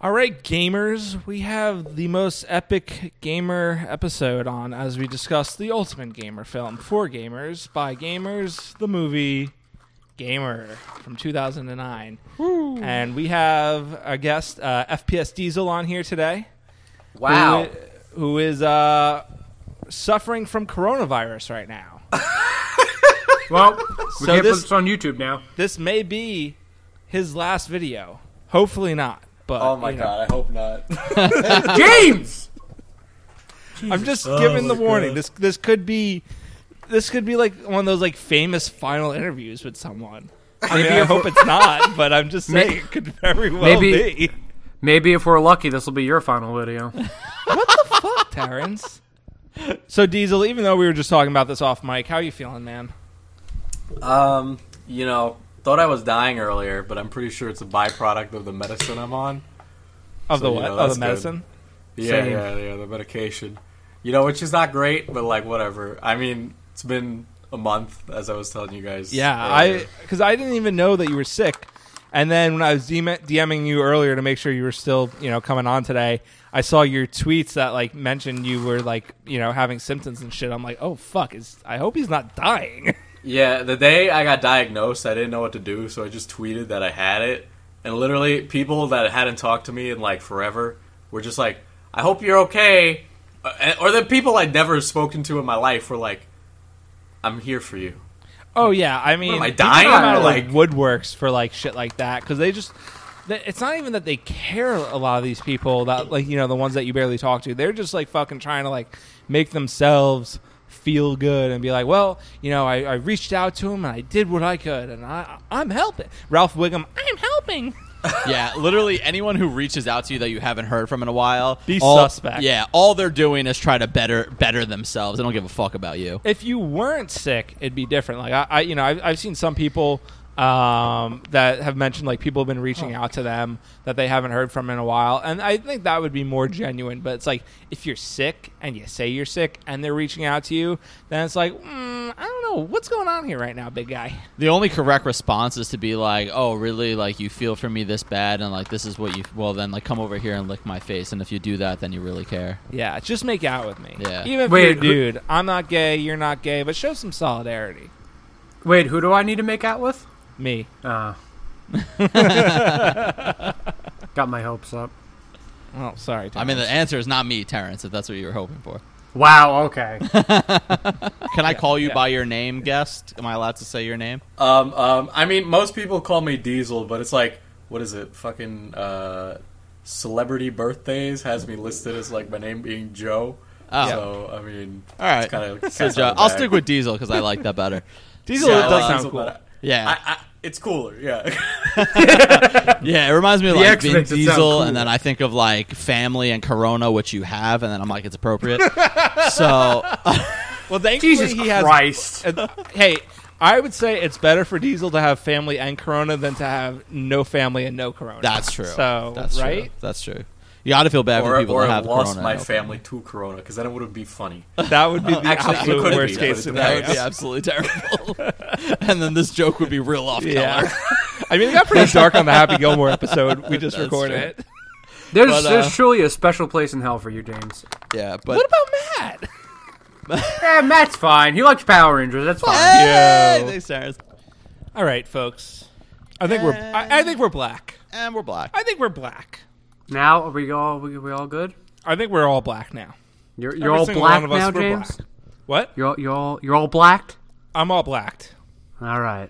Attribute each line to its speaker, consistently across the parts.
Speaker 1: All right, gamers, we have the most epic gamer episode on as we discuss the ultimate gamer film for gamers by gamers, the movie Gamer from 2009. And we have our guest, uh, FPS Diesel, on here today.
Speaker 2: Wow.
Speaker 1: Who, who is uh, suffering from coronavirus right now.
Speaker 3: Well, we
Speaker 1: So
Speaker 3: can't
Speaker 1: this-
Speaker 3: put this on YouTube now.
Speaker 1: this may be his last video. Hopefully not. But
Speaker 2: Oh my
Speaker 1: you know,
Speaker 2: god, I hope not.
Speaker 3: James!
Speaker 1: I'm just
Speaker 2: Oh
Speaker 1: giving the warning. This this could be this could be like one of those like famous final interviews with someone. I, mean,
Speaker 3: Maybe
Speaker 1: I
Speaker 3: if
Speaker 1: hope it's not, but I'm just
Speaker 3: May-
Speaker 1: saying it could very well
Speaker 3: Maybe-
Speaker 1: be.
Speaker 3: Maybe if we're lucky, this will be your final video.
Speaker 1: Fuck, Terrence. So Diesel, even though we were just talking about this off mic, how you feeling, man?
Speaker 2: um, you know, thought I was dying earlier, but I'm pretty sure it's a byproduct of the medicine I'm on.
Speaker 1: Of
Speaker 2: So,
Speaker 1: the
Speaker 2: you
Speaker 1: what?
Speaker 2: know,
Speaker 1: of
Speaker 2: that's
Speaker 1: the
Speaker 2: good.
Speaker 1: medicine?
Speaker 2: Yeah,
Speaker 3: Same.
Speaker 2: yeah, yeah, the medication. You know, which is not great, but like whatever. I mean, it's been a month as I was telling you guys.
Speaker 1: Yeah,
Speaker 2: earlier.
Speaker 1: I because I didn't even know that you were sick, and then when I was DM- DMing you earlier to make sure you were still you know coming on today, I saw your tweets that like mentioned you were like you know having symptoms and shit. I'm like, oh fuck, is I hope he's not dying.
Speaker 2: Yeah, the day I got diagnosed, I didn't know what to do, so I just tweeted that I had it. And literally, people that hadn't talked to me in like forever were just like, I hope you're okay. Uh, and- Or the people I'd never spoken to in my life were like, I'm here for you.
Speaker 1: oh yeah, I mean,
Speaker 2: am I
Speaker 1: people
Speaker 2: dying?
Speaker 1: come out of like
Speaker 2: Like-
Speaker 1: woodworks for like shit like that because they just. they- It's not even that they care a lot of these people that like you know the ones that you barely talk to. They're just like fucking trying to like make themselves feel good and be like, well, you know, I, I reached out to him and I did what I could and I I'm helping. Ralph Wiggum, I'm helping.
Speaker 4: Yeah, literally anyone who reaches out to you that you haven't heard from in a while,
Speaker 1: Be suspect.
Speaker 4: Yeah, all they're doing is try to better better themselves. They don't give a fuck about you.
Speaker 1: if you weren't sick, it'd be different. Like I, I you know, I've, I've seen some people um, that have mentioned like people have been reaching
Speaker 3: Oh.
Speaker 1: out to them that they haven't heard from in a while, and I think that would be more genuine. But it's like if you're sick and you say you're sick and they're reaching out to you, then it's like mm, I don't know what's going on here right now, big guy.
Speaker 4: The only correct response is to be like, "Oh, really? Like you feel for me this bad, and like this is what you well then like come over here and lick my face." And if you do that, then you really care.
Speaker 1: Yeah, just make out with me.
Speaker 4: Yeah.
Speaker 1: even if
Speaker 3: Wait,
Speaker 1: you're a
Speaker 3: who-
Speaker 1: dude, I'm not gay, you're not gay, but show some solidarity.
Speaker 3: Wait, who do I need to make out with?
Speaker 1: Me.
Speaker 3: Uh, got my hopes up.
Speaker 1: Oh, sorry.
Speaker 4: I mean, the
Speaker 1: Terrence.
Speaker 4: answer is not me, Terrence. If that's what you were hoping for,
Speaker 3: Wow, okay.
Speaker 4: can I call you
Speaker 1: yeah.
Speaker 4: by your name, guest? Am I allowed to say your name?
Speaker 2: Um, um, I mean, most people call me Diesel, but it's like, what is it? Fucking uh, celebrity birthdays has me listed as like my name being Joe.
Speaker 4: Oh.
Speaker 2: So I mean,
Speaker 4: All right,
Speaker 2: it's kinda,
Speaker 4: So, Joe, I'll stick with Diesel because I like that better.
Speaker 1: Diesel
Speaker 2: Yeah, I
Speaker 1: does
Speaker 2: like
Speaker 1: sound
Speaker 2: Diesel,
Speaker 1: cool.
Speaker 2: but
Speaker 4: Yeah,
Speaker 2: I, I, it's cooler. Yeah.
Speaker 4: Yeah, it reminds me of
Speaker 3: The
Speaker 4: like
Speaker 3: X
Speaker 4: Vin
Speaker 3: makes it sound
Speaker 4: Diesel,
Speaker 3: cool.
Speaker 4: and then I think of like family and Corona, which you have, and then I'm like, it's appropriate. so
Speaker 1: Well, thankfully
Speaker 3: Jesus
Speaker 1: he has
Speaker 3: Christ.
Speaker 1: And- hey, I would say it's better for Diesel to have family and Corona than to have no family and no Corona.
Speaker 4: that's true.
Speaker 1: So
Speaker 4: that's true.
Speaker 1: right,
Speaker 4: That's true. You got to feel bad for
Speaker 2: or
Speaker 4: the people
Speaker 2: or
Speaker 4: that
Speaker 2: I
Speaker 4: have
Speaker 2: lost
Speaker 4: Corona.
Speaker 2: my
Speaker 4: no
Speaker 2: family to Corona because then it would be funny.
Speaker 1: that would be the
Speaker 2: Actually, it
Speaker 1: absolute
Speaker 2: could
Speaker 1: worst
Speaker 2: be,
Speaker 1: case
Speaker 2: but it depends.
Speaker 1: scenario.
Speaker 4: Corona. That would be absolutely terrible. and then this joke would be real off
Speaker 1: Yeah.
Speaker 4: color.
Speaker 1: I mean, it got pretty dark on the Happy Gilmore episode we just
Speaker 4: That's
Speaker 1: recorded.
Speaker 4: true.
Speaker 1: It.
Speaker 3: There's,
Speaker 4: But, uh,
Speaker 3: there's truly a special place in hell for you, James.
Speaker 4: Yeah, but
Speaker 1: What about Matt?
Speaker 3: Eh, Matt's fine. He likes Power Rangers. That's fine.
Speaker 4: Hey!
Speaker 1: Yo.
Speaker 4: Thanks, Terrence.
Speaker 1: All right, folks. I think we're. I, I think we're black.
Speaker 4: And we're black.
Speaker 1: I think we're black.
Speaker 3: Now, are we all, we, we all good?
Speaker 1: I think we're all black now.
Speaker 3: You're, you're
Speaker 1: Every
Speaker 3: all
Speaker 1: single
Speaker 3: black
Speaker 1: one of us,
Speaker 3: now,
Speaker 1: we're
Speaker 3: James?
Speaker 1: black. What?
Speaker 3: You're, all- you're, all, you're all blacked?
Speaker 1: I'm all blacked.
Speaker 3: All right.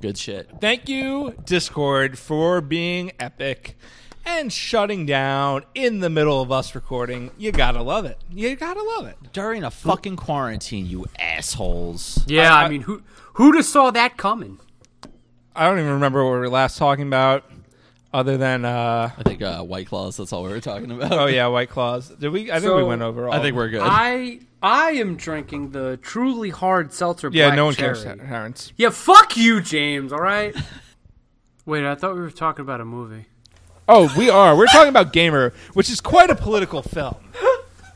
Speaker 4: Good shit.
Speaker 1: Thank you, Discord, for being epic and shutting down in the middle of us recording. You gotta love it. You gotta love it.
Speaker 4: During a fucking quarantine, you assholes.
Speaker 3: Yeah,
Speaker 1: I-
Speaker 3: I, mean, who who'd have saw that coming?
Speaker 1: I don't even remember what we were last talking about, other than uh,
Speaker 4: I think uh, White Claws. That's all we were talking about.
Speaker 1: oh yeah, White Claws. Did we? I think we
Speaker 3: So-
Speaker 1: went over. All
Speaker 4: I think we're good.
Speaker 3: I I am drinking the truly hard seltzer.
Speaker 1: yeah.
Speaker 3: black
Speaker 1: no one
Speaker 3: cherry.
Speaker 1: cares, Terrence.
Speaker 3: Yeah, fuck you, James. All right. Wait, I thought we were talking about a movie.
Speaker 1: Oh, we are. We're talking about Gamer, which is quite a political film.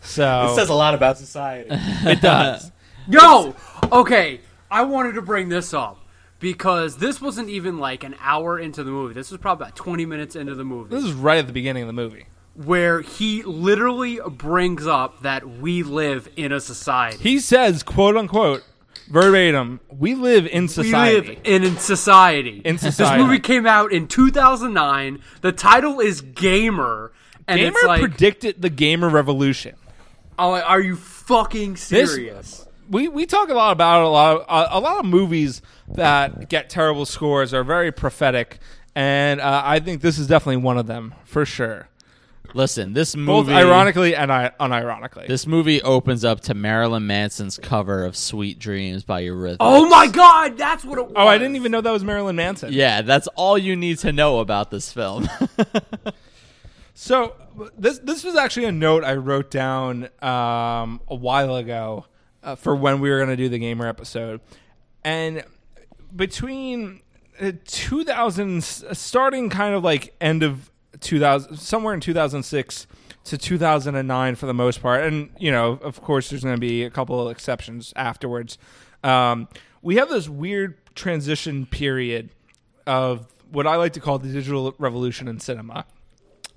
Speaker 1: So
Speaker 2: It says a lot about society.
Speaker 1: it does.
Speaker 3: Yo, okay. I wanted to bring this up because this wasn't even like an hour into the movie. This was probably about 20 minutes into the movie.
Speaker 1: This is right at the beginning of the movie.
Speaker 3: where he literally brings up that we live in a society.
Speaker 1: He says, "quote unquote," verbatim, "We live in society."
Speaker 3: We live in, in society.
Speaker 1: In
Speaker 3: This
Speaker 1: society.
Speaker 3: movie came out in 2009. The title is Gamer, and
Speaker 1: Gamer
Speaker 3: it's like,
Speaker 1: predicted the gamer revolution.
Speaker 3: I'm like, are you fucking serious?
Speaker 1: we we talk a lot about a lot of, a, a lot of movies that get terrible scores are very prophetic, and uh, I think this is definitely one of them for sure.
Speaker 4: Listen, this
Speaker 1: Both
Speaker 4: movie
Speaker 1: ironically and I, unironically.
Speaker 4: This movie opens up to Marilyn Manson's cover of Sweet Dreams by Eurythmics.
Speaker 3: oh my god, that's what it was.
Speaker 1: oh, I didn't even know that was Marilyn Manson.
Speaker 4: Yeah, that's all you need to know about this film.
Speaker 1: So this this was actually a note I wrote down um, a while ago uh, for when we were going to do the gamer episode, and between uh, 2000 starting kind of like end of 2000 somewhere in 2006 to 2009 for the most part and you know of course there's going to be a couple of exceptions afterwards um, we have this weird transition period of what i like to call the digital revolution in cinema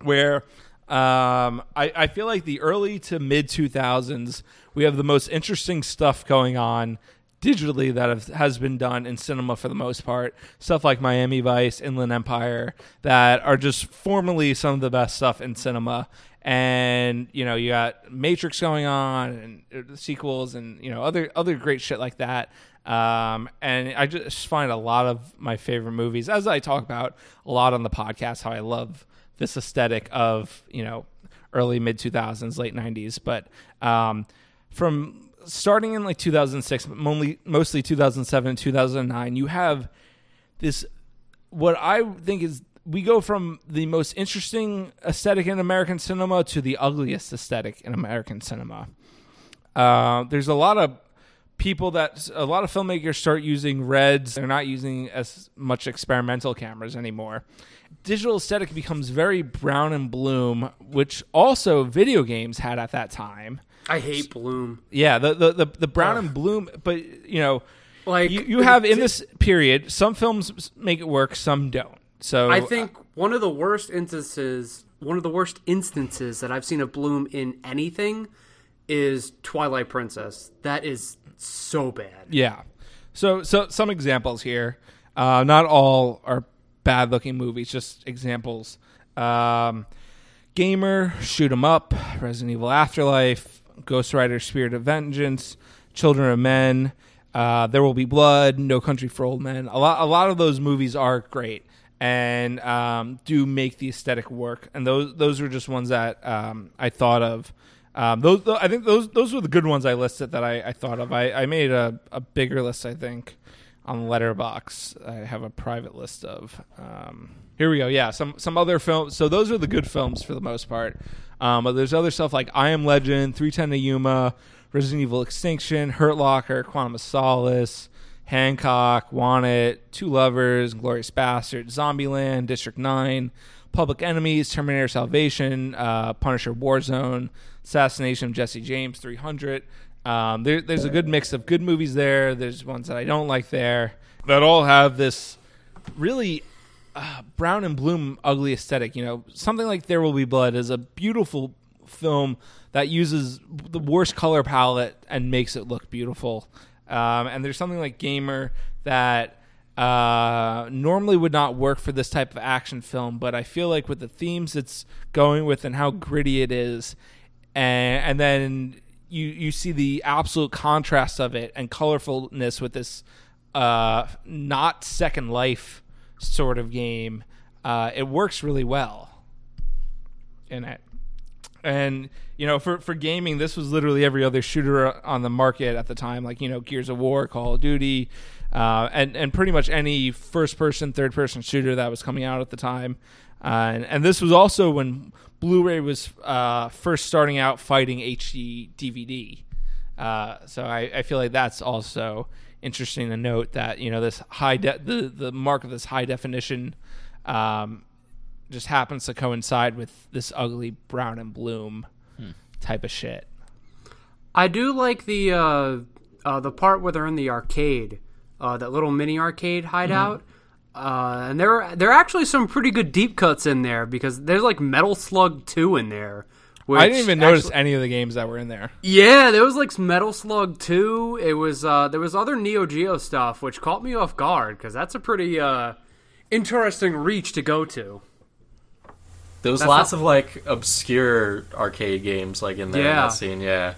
Speaker 1: where um, I, I feel like the early to mid 2000s, we have the most interesting stuff going on digitally that have, has been done in cinema for the most part. Stuff like Miami Vice, Inland Empire, that are just formally some of the best stuff in cinema. And you know you got Matrix going on, and uh, sequels, and you know other other great shit like that. Um, and I just find a lot of my favorite movies, as I talk about a lot on the podcast, how I love this aesthetic of you know early mid 2000s late 90s but um, from starting in like 2006 but only, mostly 2007 and 2009 you have this what i think is we go from the most interesting aesthetic in american cinema to the ugliest aesthetic in american cinema uh, there's a lot of people that a lot of filmmakers start using reds. They're not using as much experimental cameras anymore. Digital aesthetic becomes very brown and bloom, which also video games had at that time.
Speaker 3: I hate Bloom.
Speaker 1: Yeah, the the the, the brown and bloom, but you know,
Speaker 3: Like
Speaker 1: you, you have in this period some films make it work, some don't. So
Speaker 3: I think one of the worst instances, one of the worst instances that I've seen of Bloom in anything is Twilight Princess. That is so bad.
Speaker 1: Yeah. So so some examples here. Uh, not all are bad looking movies, just examples. Um, Gamer, Shoot 'em Up, Resident Evil Afterlife, Ghost Rider Spirit of Vengeance, Children of Men, uh, There Will Be Blood, No Country for Old Men. A lot a lot of those movies are great and um, do make the aesthetic work. And those those are just ones that um, I thought of. Um, those, tho- I think those those were the good ones I listed that I, I thought of. I, I made a, a bigger list I think on Letterbox. I have a private list of. Um, here we go. Yeah, some some other films. So those are the good films for the most part. Um, but there's other stuff like I Am Legend, 310 to Yuma, Resident Evil Extinction, Hurt Locker, Quantum of Solace, Hancock, Want It, Two Lovers, Glorious Bastard, Zombieland, District 9, Public Enemies, Terminator Salvation, uh, Punisher Warzone, Assassination of Jesse James, 300. Um, there, there's a good mix of good movies there. There's ones that I don't like there that all have this really uh, brown and bloom ugly aesthetic. You know, something like There Will Be Blood is a beautiful film that uses the worst color palette and makes it look beautiful. Um, and there's something like Gamer that uh, normally would not work for this type of action film, but I feel like with the themes it's going with and how gritty it is, and, and then you you see the absolute contrast of it and colorfulness with this uh, not Second Life sort of game. Uh, it works really well in it. And you know, for for gaming, this was literally every other shooter on the market at the time, like you know, Gears of War, Call of Duty, uh, and and pretty much any first person, third person shooter that was coming out at the time. Uh, and, and this was also when Blu-ray was uh, first starting out fighting HD DVD. Uh, so I, I feel like that's also interesting to note that you know this high de- the the mark of this high definition um, just happens to coincide with this ugly brown and bloom type of shit.
Speaker 3: I do like the uh, uh, the part where they're in the arcade uh, that little mini arcade hideout. Uh, and there are there are actually some pretty good deep cuts in there because there's like Metal Slug two in there. Which
Speaker 1: I didn't even
Speaker 3: actually-
Speaker 1: notice any of the games that were in there.
Speaker 3: yeah, there was like Metal Slug 2. It was uh there was other Neo Geo stuff which caught me off guard cuz that's a pretty uh interesting reach to go to.
Speaker 2: There was lots of like obscure arcade games like in there in
Speaker 3: Yeah.
Speaker 2: that scene. Yeah,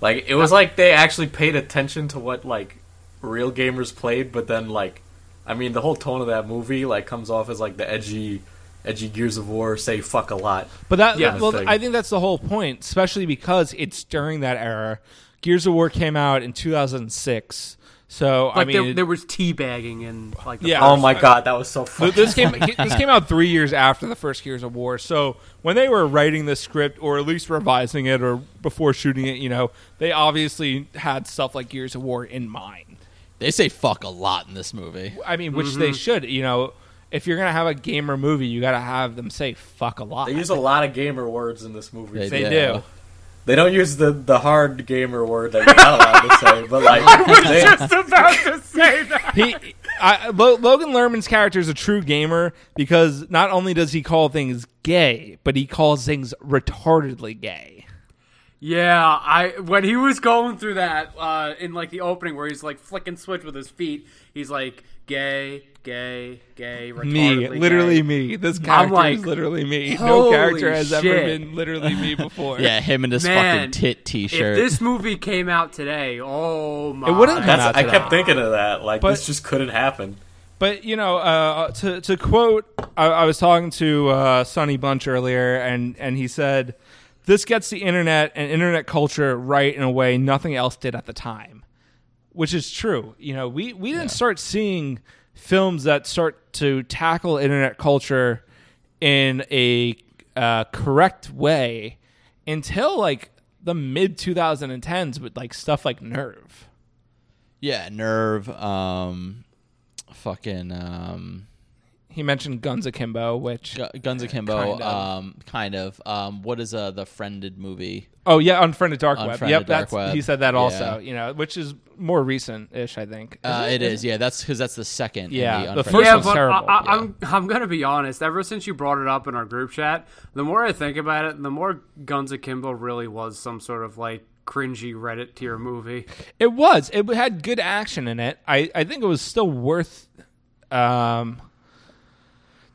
Speaker 2: like it was like they actually paid attention to what like real gamers played, but then like, I mean, the whole tone of that movie like comes off as like the edgy, edgy Gears of War say fuck a lot.
Speaker 1: But that,
Speaker 3: Yeah.
Speaker 1: well,
Speaker 2: Thing.
Speaker 1: I think that's the whole point, especially because it's during that era. Gears of War came out in 2006, so I
Speaker 3: Like
Speaker 1: mean,
Speaker 3: there, there was teabagging and like the
Speaker 1: Yeah.
Speaker 3: first-
Speaker 2: Oh my god, that was so
Speaker 1: Th-
Speaker 2: fucking.
Speaker 1: this came this came out three years after the first Gears of War. So when they were writing the script, or at least revising it, or before shooting it, you know, they obviously had stuff like Gears of War in mind.
Speaker 4: They say fuck a lot in this movie.
Speaker 1: I mean, which
Speaker 3: Mm-hmm.
Speaker 1: they should. You know, if you're gonna have a gamer movie, you got to have them say fuck a lot.
Speaker 2: They use a lot of gamer words in this movie.
Speaker 1: They
Speaker 4: Yeah.
Speaker 1: do.
Speaker 2: They don't use the, the hard gamer word that we're not allowed to say, but like they,
Speaker 3: about to say that.
Speaker 1: he, I, Lo, Logan Lerman's character is a true gamer because not only does he call things gay, but he calls things retardedly gay.
Speaker 3: Yeah, I when he was going through that uh in like the opening where he's like flicking switch with his feet, he's like gay, gay, gay,
Speaker 1: Me,
Speaker 3: retardedly
Speaker 1: literally
Speaker 3: gay.
Speaker 1: me. This character is
Speaker 3: like,
Speaker 1: literally me. No
Speaker 3: holy
Speaker 1: character has ever
Speaker 3: shit.
Speaker 1: been literally me before.
Speaker 4: Yeah, him and his
Speaker 3: Man,
Speaker 4: fucking tit
Speaker 3: If
Speaker 4: T-shirt.
Speaker 3: this movie came out today, oh my!
Speaker 1: wouldn't have
Speaker 2: that's,
Speaker 1: Not
Speaker 2: I
Speaker 1: today.
Speaker 2: kept thinking of that. Like
Speaker 1: But-
Speaker 2: this just couldn't happen.
Speaker 1: But you know, uh, to to quote, I, I was talking to uh, Sonny Bunch earlier, and and he said, "This gets the internet and internet culture right in a way nothing else did at the time," which is true. You know, we we didn't start seeing films that start to tackle internet culture in a uh, correct way until like the mid 2010s with like stuff like Nerve.
Speaker 4: yeah, nerve. Um, fucking um,
Speaker 1: He mentioned Guns Akimbo, which
Speaker 4: Gu- Guns Akimbo.
Speaker 1: Kind of.
Speaker 4: Um, kind of. Um, what is uh the friended movie?
Speaker 1: Oh yeah, unfriended dark web.
Speaker 4: Unfriended
Speaker 1: Yep,
Speaker 4: Dark
Speaker 1: that's
Speaker 4: Web.
Speaker 1: he said that
Speaker 4: Yeah.
Speaker 1: also. You know, which is more recent ish, I think.
Speaker 4: Uh, it is. Yeah, that's because that's the second. in
Speaker 1: Yeah,
Speaker 4: the,
Speaker 1: the first
Speaker 4: Unfriended Dark
Speaker 3: yeah,
Speaker 1: one's
Speaker 3: but
Speaker 1: terrible,
Speaker 3: I, I, I'm I'm gonna be honest. Ever since you brought it up in our group chat, the more I think about it, the more Guns Akimbo really was some sort of like cringy Reddit tier movie.
Speaker 1: It was. It had good action in it. I, I think it was still worth um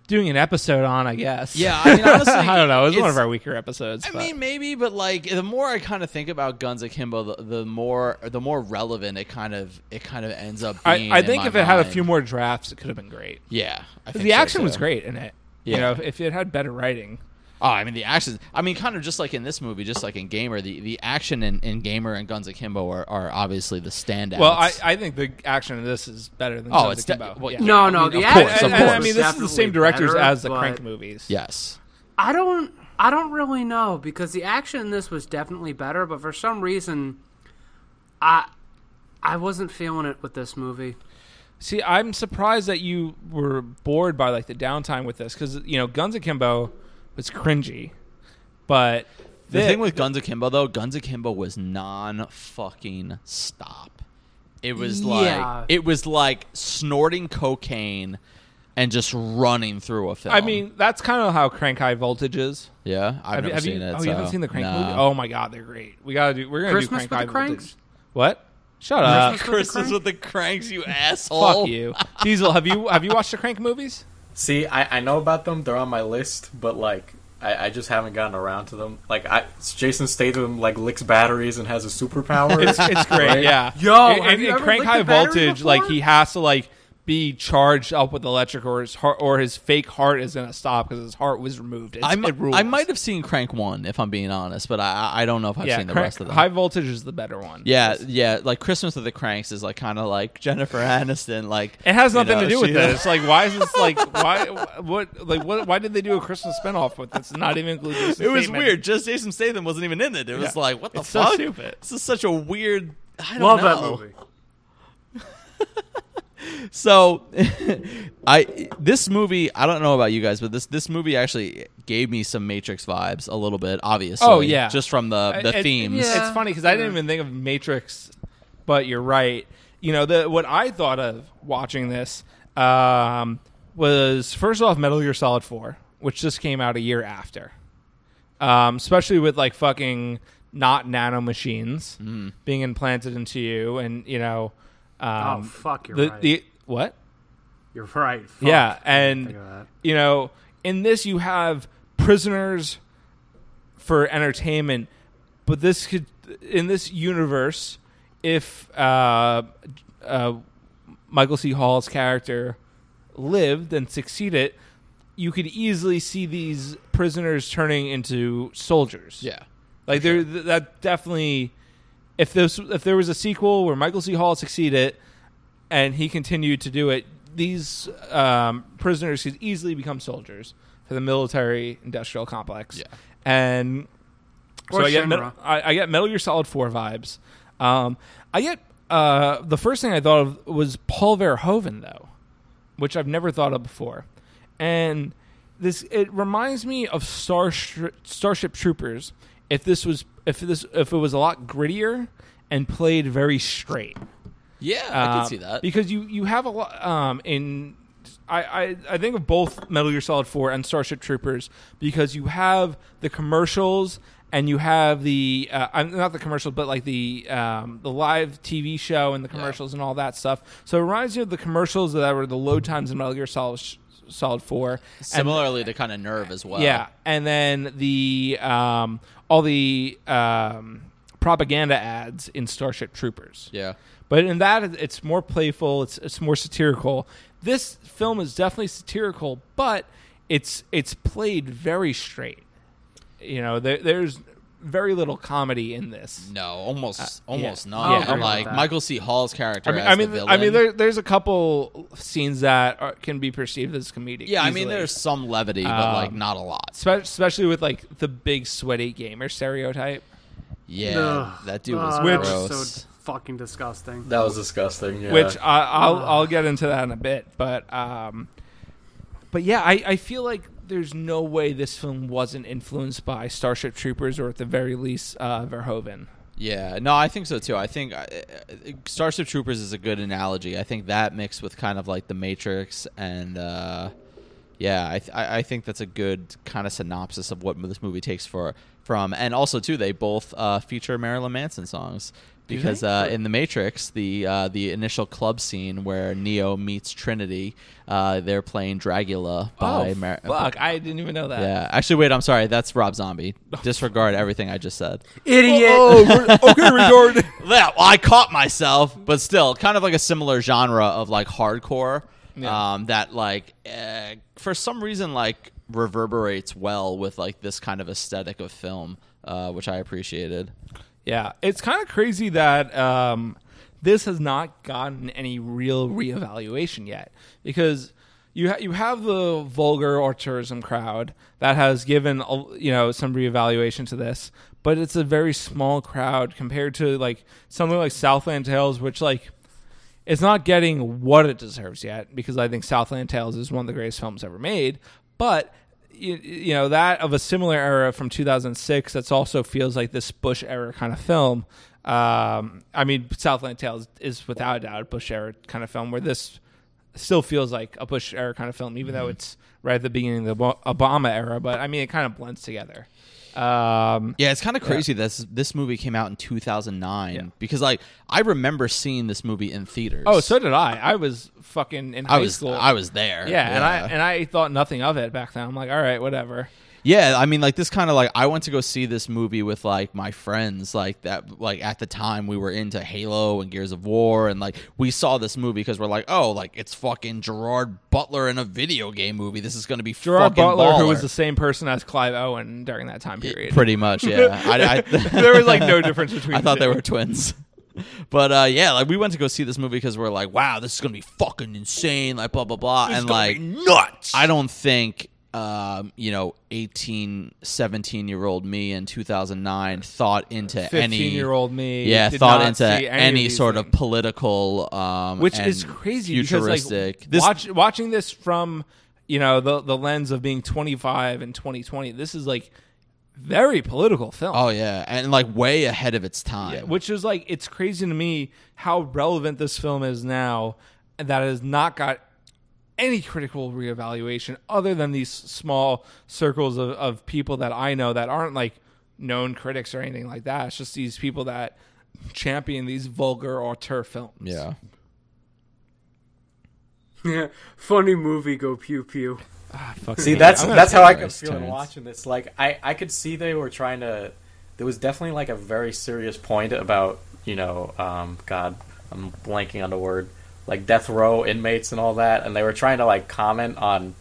Speaker 1: doing an episode on. I guess.
Speaker 4: Yeah, I mean, honestly,
Speaker 1: I don't know. It was one
Speaker 4: it's-
Speaker 1: of our weaker episodes.
Speaker 4: I
Speaker 1: but-
Speaker 4: mean, maybe, but like the more I kind of think about Guns Akimbo, the, the more the more relevant it kind of it kind of ends up.
Speaker 1: I,
Speaker 4: Being
Speaker 1: I
Speaker 4: in
Speaker 1: think
Speaker 4: my
Speaker 1: if it had a
Speaker 4: mind.
Speaker 1: few more drafts, it could have been great.
Speaker 4: yeah, I think
Speaker 1: The
Speaker 4: so,
Speaker 1: action was
Speaker 4: too.
Speaker 1: great in it. You
Speaker 4: Yeah.
Speaker 1: know, if- if it had better writing.
Speaker 4: Oh, I mean the action. I mean, kind of just like in this movie, just like in Gamer, the, the action in, in Gamer and Guns Akimbo are, are obviously the standouts.
Speaker 1: Well, I, I think the action in this is better than
Speaker 4: Oh,
Speaker 1: Guns
Speaker 4: it's de-
Speaker 1: Akimbo.
Speaker 4: well,
Speaker 1: Yeah.
Speaker 4: yeah.
Speaker 3: No,
Speaker 4: I
Speaker 3: no,
Speaker 4: mean,
Speaker 3: the
Speaker 4: of course,
Speaker 3: action
Speaker 1: and,
Speaker 4: of
Speaker 1: and I
Speaker 4: course.
Speaker 1: mean, this is the same
Speaker 3: Definitely
Speaker 1: directors
Speaker 3: better,
Speaker 1: as the
Speaker 3: but-
Speaker 1: Crank movies.
Speaker 4: yes,
Speaker 3: I don't I don't really know because the action in this was definitely better, but for some reason, I I wasn't feeling it with this movie.
Speaker 1: See, I'm surprised that you were bored by like the downtime with this because you know Guns Akimbo was cringy, but
Speaker 4: the
Speaker 1: thi-
Speaker 4: thing with Guns Akimbo though, Guns Akimbo was non fucking stop. It was
Speaker 3: Yeah.
Speaker 4: like it was like snorting cocaine and just running through a film.
Speaker 1: I mean that's kind of how Crank High Voltage is.
Speaker 4: yeah, I've never seen
Speaker 1: you,
Speaker 4: it.
Speaker 1: oh, you haven't
Speaker 4: so,
Speaker 1: seen the Crank
Speaker 4: no.
Speaker 1: movie? Oh my God, they're great. We gotta do. We're gonna do
Speaker 3: Christmas with
Speaker 1: Crank High
Speaker 3: the
Speaker 1: Voltage.
Speaker 3: Cranks?
Speaker 1: What? Shut up.
Speaker 3: Christmas with the
Speaker 4: Christmas
Speaker 3: Cranks?
Speaker 4: with the cranks, you asshole!
Speaker 1: Fuck you, Diesel. Have you have you watched the Crank movies?
Speaker 2: See, I, I know about them. They're on my list, but like I, I just haven't gotten around to them. Like I, Jason Statham like licks batteries and has a superpower.
Speaker 1: It's, it's great. Yeah.
Speaker 3: Yo,
Speaker 1: In-
Speaker 3: have
Speaker 1: in-
Speaker 3: you
Speaker 1: in
Speaker 3: ever
Speaker 1: Crank
Speaker 3: licked a
Speaker 1: High
Speaker 3: battery
Speaker 1: Voltage,
Speaker 3: before?
Speaker 1: like he has to like be charged up with electric, or his heart, or his fake heart is gonna stop because his heart was removed. It's,
Speaker 4: I, mi-
Speaker 1: it rules.
Speaker 4: I might have seen Crank One if I'm being honest, but I I I don't know if I've
Speaker 1: yeah,
Speaker 4: seen the
Speaker 1: Crank-
Speaker 4: rest of them.
Speaker 1: High Voltage is the better one.
Speaker 4: yeah, yeah, like Christmas with the Cranks is like kind of like Jennifer Aniston. Like
Speaker 1: It has
Speaker 4: you
Speaker 1: nothing
Speaker 4: know,
Speaker 1: to do with
Speaker 4: she-
Speaker 1: this. Like, why is this like why what like what why did they do a Christmas spinoff with this? Not even include Jason
Speaker 4: It was
Speaker 1: Statham?
Speaker 4: weird. Just Jason Statham wasn't even in it. It was
Speaker 1: Yeah.
Speaker 4: like what the
Speaker 1: It's so
Speaker 4: fuck?
Speaker 1: stupid.
Speaker 4: This is such a weird. I don't
Speaker 3: Love
Speaker 4: know.
Speaker 3: that movie.
Speaker 4: So, I this movie I don't know about you guys, but this this movie actually gave me some Matrix vibes a little bit. Obviously,
Speaker 1: Oh, yeah.
Speaker 4: just from uh, the the
Speaker 1: It- it-
Speaker 4: themes.
Speaker 1: It's
Speaker 3: Yeah.
Speaker 1: funny because I didn't even think of Matrix, but you're right. you know, the what I thought of watching this um, was first off Metal Gear Solid Four, which just came out a year after, um, especially with like fucking not nano machines
Speaker 4: Mm.
Speaker 1: being implanted into you, and you know, um,
Speaker 3: Oh, fuck, you're
Speaker 1: the,
Speaker 3: right.
Speaker 1: the what?
Speaker 3: You're right. Fuck.
Speaker 1: Yeah,
Speaker 3: think
Speaker 1: and
Speaker 3: of that.
Speaker 1: you know, in this you have prisoners for entertainment, but this could in this universe, if uh, uh, Michael C. Hall's character lived and succeeded, you could easily see these prisoners turning into soldiers.
Speaker 4: Yeah.
Speaker 1: Like there, th- that definitely. If this, if there was a sequel where Michael C. Hall succeeded, and he continued to do it, these um, prisoners could easily become soldiers for the military-industrial complex.
Speaker 4: Yeah.
Speaker 1: and
Speaker 3: Or
Speaker 1: so I get,
Speaker 3: Shenmue.
Speaker 1: Met- I, I get Metal Gear Solid Four vibes. Um, I get uh, the first thing I thought of was Paul Verhoeven though, which I've never thought of before, and this it reminds me of Star Starship Troopers. If this was if this if it was a lot grittier and played very straight,
Speaker 4: Yeah, I
Speaker 1: um,
Speaker 4: can see that.
Speaker 1: because you you have a lot um, in. I, I, I think of both Metal Gear Solid 4 and Starship Troopers because you have the commercials and you have the uh, I'm- not the commercials but like the um, the live TV show and the commercials and all that stuff. So it reminds you of the commercials that were the load times in Metal Gear Solid Solid 4 and
Speaker 4: Similarly to kind of nerve as well.
Speaker 1: yeah, and then the um, all the um, propaganda ads in Starship Troopers.
Speaker 4: Yeah.
Speaker 1: But in that, it- it's more playful. It's it's more satirical. This film is definitely satirical, but it's it's played very straight. You know, there, there's very little comedy in this.
Speaker 4: No, almost, almost
Speaker 1: Uh, yeah.
Speaker 4: not.
Speaker 1: Yeah.
Speaker 4: I'm
Speaker 1: Agree
Speaker 4: like
Speaker 3: with that.
Speaker 4: Michael C. Hall's character.
Speaker 1: I mean,
Speaker 4: as
Speaker 1: I mean,
Speaker 4: the
Speaker 1: I mean,
Speaker 4: villain.
Speaker 1: there, there's a couple scenes that are, can be perceived as comedic.
Speaker 4: yeah, I mean,
Speaker 1: easily. Um,
Speaker 4: there's some levity, but like not a lot.
Speaker 1: Spe- especially with like the big sweaty gamer stereotype.
Speaker 4: Yeah,
Speaker 3: Ugh.
Speaker 4: that dude was
Speaker 3: Ah, that
Speaker 1: Which-
Speaker 4: gross.
Speaker 3: was so fucking disgusting.
Speaker 2: That was disgusting. Yeah.
Speaker 1: which I, I'll I'll get into that in a bit. But um, but yeah, I, I feel like there's no way this film wasn't influenced by Starship Troopers or at the very least uh, Verhoeven.
Speaker 4: Yeah, no, I think so too. I think uh, uh, Starship Troopers is a good analogy. I think that mixed with kind of like The Matrix and uh, yeah, I, th- I I think that's a good kind of synopsis of what this movie takes for from. And also too, they both uh, feature Marilyn Manson songs because
Speaker 1: they?
Speaker 4: uh, in The Matrix, the uh, the initial club scene where Neo meets Trinity, uh, they're playing Dragula by
Speaker 1: oh
Speaker 4: Mar-
Speaker 1: fuck! I didn't even know that.
Speaker 4: Yeah, actually, wait. I'm sorry. That's Rob Zombie. Disregard everything I just said.
Speaker 3: Idiot.
Speaker 1: Oh, we're- okay, regard.
Speaker 4: Yeah, well, I caught myself, but still, kind of like a similar genre of like hardcore
Speaker 1: Yeah.
Speaker 4: um, that, like, uh, for some reason, like reverberates well with like this kind of aesthetic of film, uh, which I appreciated.
Speaker 1: yeah, it's kind of crazy that um, this has not gotten any real reevaluation yet because. You, ha- you have the vulgar or tourism crowd that has given a- you know some reevaluation to this, but it's a very small crowd compared to like something like Southland Tales, which like it's not getting what it deserves yet because I think Southland Tales is one of the greatest films ever made, but you, you know that of a similar era from 2006 that's also feels like this Bush era kind of film. Um, I mean, Southland Tales is without a doubt a Bush era kind of film where this still feels like a Bush era kind of film, even
Speaker 4: Mm-hmm.
Speaker 1: though it's right at the beginning of the Ob- Obama era. But I mean, it kind of blends together. Um,
Speaker 4: Yeah, it's kind of crazy that this, this movie came out in 2009
Speaker 1: Yeah.
Speaker 4: because, like, I remember seeing this movie in theaters.
Speaker 1: oh, so did I. I was fucking in high
Speaker 4: I was
Speaker 1: school.
Speaker 4: I was there.
Speaker 1: yeah, and I and I thought nothing of it back then. I'm like, all right, whatever.
Speaker 4: Yeah, I mean, like this kind of like I went to go see this movie with like my friends, like that, like at the time we were into Halo and Gears of War, and like we saw this movie because we're like, oh, like it's fucking Gerard Butler in a video game movie. This is gonna be
Speaker 1: Gerard
Speaker 4: fucking
Speaker 1: Butler, who was
Speaker 4: baller.
Speaker 1: the same person as Clive Owen during that time period.
Speaker 4: pretty much, yeah. I, I,
Speaker 1: there was like no difference between.
Speaker 4: I thought
Speaker 1: the
Speaker 4: they
Speaker 1: two.
Speaker 4: were twins. But uh, yeah, like we went to go see this movie because we're like, wow, this is gonna be fucking insane, like blah blah blah, and like
Speaker 2: nuts.
Speaker 4: I don't think um, you know 18 17 year old me in 2009 thought into any
Speaker 1: 15-year-old me
Speaker 4: yeah
Speaker 1: did
Speaker 4: thought
Speaker 1: not
Speaker 4: into
Speaker 1: see any
Speaker 4: any,
Speaker 1: of these
Speaker 4: sort of
Speaker 1: things.
Speaker 4: political um
Speaker 1: which
Speaker 4: and
Speaker 1: is crazy
Speaker 4: futuristic
Speaker 1: because like
Speaker 4: This-
Speaker 1: watch, watching this from you know the the lens of being 25 and 2020 this is like very political film.
Speaker 4: Oh yeah, and like way ahead of its time.
Speaker 1: Yeah, which is like it's crazy to me how relevant this film is now and that it has not got any critical reevaluation other than these small circles of, of people that I know that aren't like known critics or anything like that. It's just these people that champion these vulgar auteur films.
Speaker 4: yeah.
Speaker 3: Yeah, funny movie. Go pew pew.
Speaker 1: Ah, fuck
Speaker 2: See,
Speaker 1: me.
Speaker 2: that's
Speaker 1: I'm gonna
Speaker 2: that's how I could
Speaker 4: Terrence,
Speaker 2: feel
Speaker 4: Terrence.
Speaker 2: watching this. Like, I I could see they were trying to. There was definitely like a very serious point about you know, um, God, I'm blanking on the word, like death row inmates and all that, and they were trying to like comment on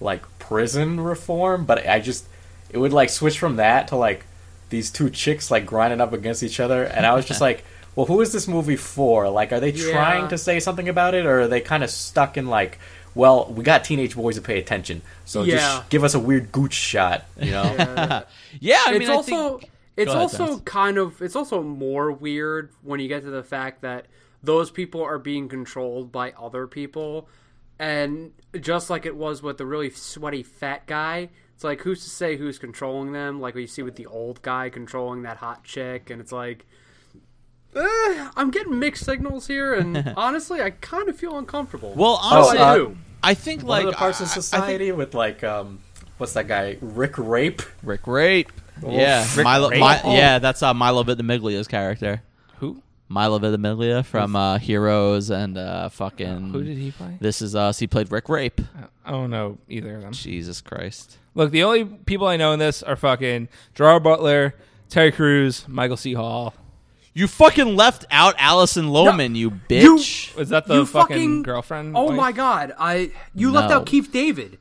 Speaker 2: like prison reform, but I just it would like switch from that to like these two chicks like grinding up against each other, and I was just like. Well, who is this movie for? Like, are they
Speaker 3: Yeah.
Speaker 2: trying to say something about it, or are they kind of stuck in like, well, we got teenage boys to pay attention, so
Speaker 3: Yeah.
Speaker 2: just give us a weird gooch shot, you know?
Speaker 4: Yeah, I
Speaker 3: it's
Speaker 4: mean, I
Speaker 3: also
Speaker 4: think-
Speaker 3: it's
Speaker 4: Go ahead,
Speaker 3: also
Speaker 4: Dennis.
Speaker 3: kind of it's also more weird when you get to the fact that those people are being controlled by other people, and just like it was with the really sweaty fat guy, it's like who's to say who's controlling them? Like what you see with the old guy controlling that hot chick, and it's like. eh, I'm getting mixed signals here, and honestly, I kind of feel uncomfortable.
Speaker 4: well,
Speaker 2: Oh,
Speaker 4: honestly,
Speaker 2: uh,
Speaker 3: I do.
Speaker 4: I think
Speaker 2: One
Speaker 4: like
Speaker 2: of the parts of
Speaker 4: I- I think
Speaker 2: society with like, um, what's that guy? Rick Rape.
Speaker 4: Rick Rape. Yeah,
Speaker 2: Rick
Speaker 4: Oh, Milo.
Speaker 2: Rape.
Speaker 4: Mi- yeah, that's uh, Milo Vitamiglia's character.
Speaker 1: who?
Speaker 4: Milo Ventimiglia from uh, Heroes and uh, fucking.
Speaker 1: Who did he play?
Speaker 4: This is us. He played Rick Rape.
Speaker 1: I don't know either of them.
Speaker 4: Jesus Christ.
Speaker 1: Look, the only people I know in this are fucking Gerard Butler, Terry Crews, Michael C. Hall.
Speaker 4: You fucking left out Allison Lohman, you
Speaker 3: you-
Speaker 4: bitch.
Speaker 1: Is that the
Speaker 3: You
Speaker 1: fucking, girlfriend?
Speaker 3: Oh
Speaker 1: wife?
Speaker 3: my god! I you left
Speaker 4: No.
Speaker 3: out Keith David.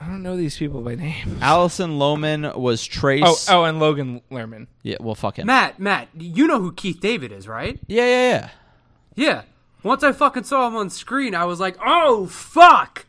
Speaker 1: I don't know these people by name.
Speaker 4: Allison Lohman was Trace.
Speaker 1: Oh, oh, and Logan Lerman.
Speaker 4: Yeah, well, fuck him.
Speaker 3: Matt, Matt, you know who Keith David is, right?
Speaker 4: yeah, yeah, yeah.
Speaker 3: Yeah. Once I fucking saw him on screen, I was like, "Oh fuck!"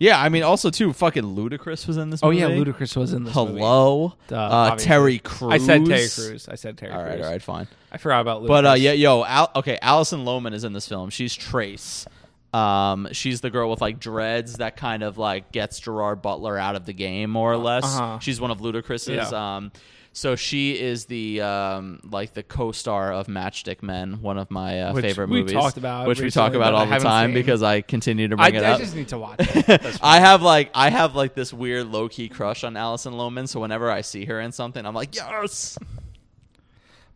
Speaker 4: Yeah, I mean, also, too, fucking Ludacris was in this
Speaker 1: Oh
Speaker 4: movie.
Speaker 1: yeah, Ludacris was in this
Speaker 4: Hello.
Speaker 1: Duh,
Speaker 4: uh,
Speaker 1: obviously.
Speaker 4: Terry Crews.
Speaker 1: I said Terry Crews. I said Terry
Speaker 4: All right,
Speaker 1: Crews.
Speaker 4: all right, fine.
Speaker 1: I forgot about Ludacris.
Speaker 4: But uh, yeah, yo, Al- okay, Allison Lohman is in this film. She's Trace. Um, she's the girl with like dreads that kind of like gets Gerard Butler out of the game more or less.
Speaker 1: Uh-huh.
Speaker 4: She's one of Ludacris's.
Speaker 1: Yeah.
Speaker 4: Um, so she is the um, like the co-star of Matchstick Men, one of my uh,
Speaker 1: Which
Speaker 4: favorite
Speaker 1: we
Speaker 4: movies,
Speaker 1: talked about
Speaker 4: which we talk
Speaker 1: recently,
Speaker 4: about
Speaker 1: but I
Speaker 4: all the
Speaker 1: haven't
Speaker 4: time
Speaker 1: seen.
Speaker 4: because I continue to
Speaker 1: I,
Speaker 4: bring it
Speaker 1: I
Speaker 4: up.
Speaker 1: just need to watch. It. That's fine.
Speaker 4: I have like I have like this weird low key crush on Allison Lohman, so whenever I see her in something, I'm like, yes.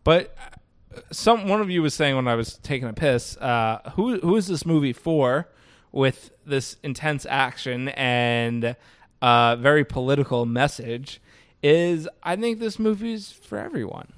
Speaker 1: but uh, some one of you was saying when I was taking a piss, uh, who who is this movie for? With this intense action and uh, very political message, is I think this movie is for everyone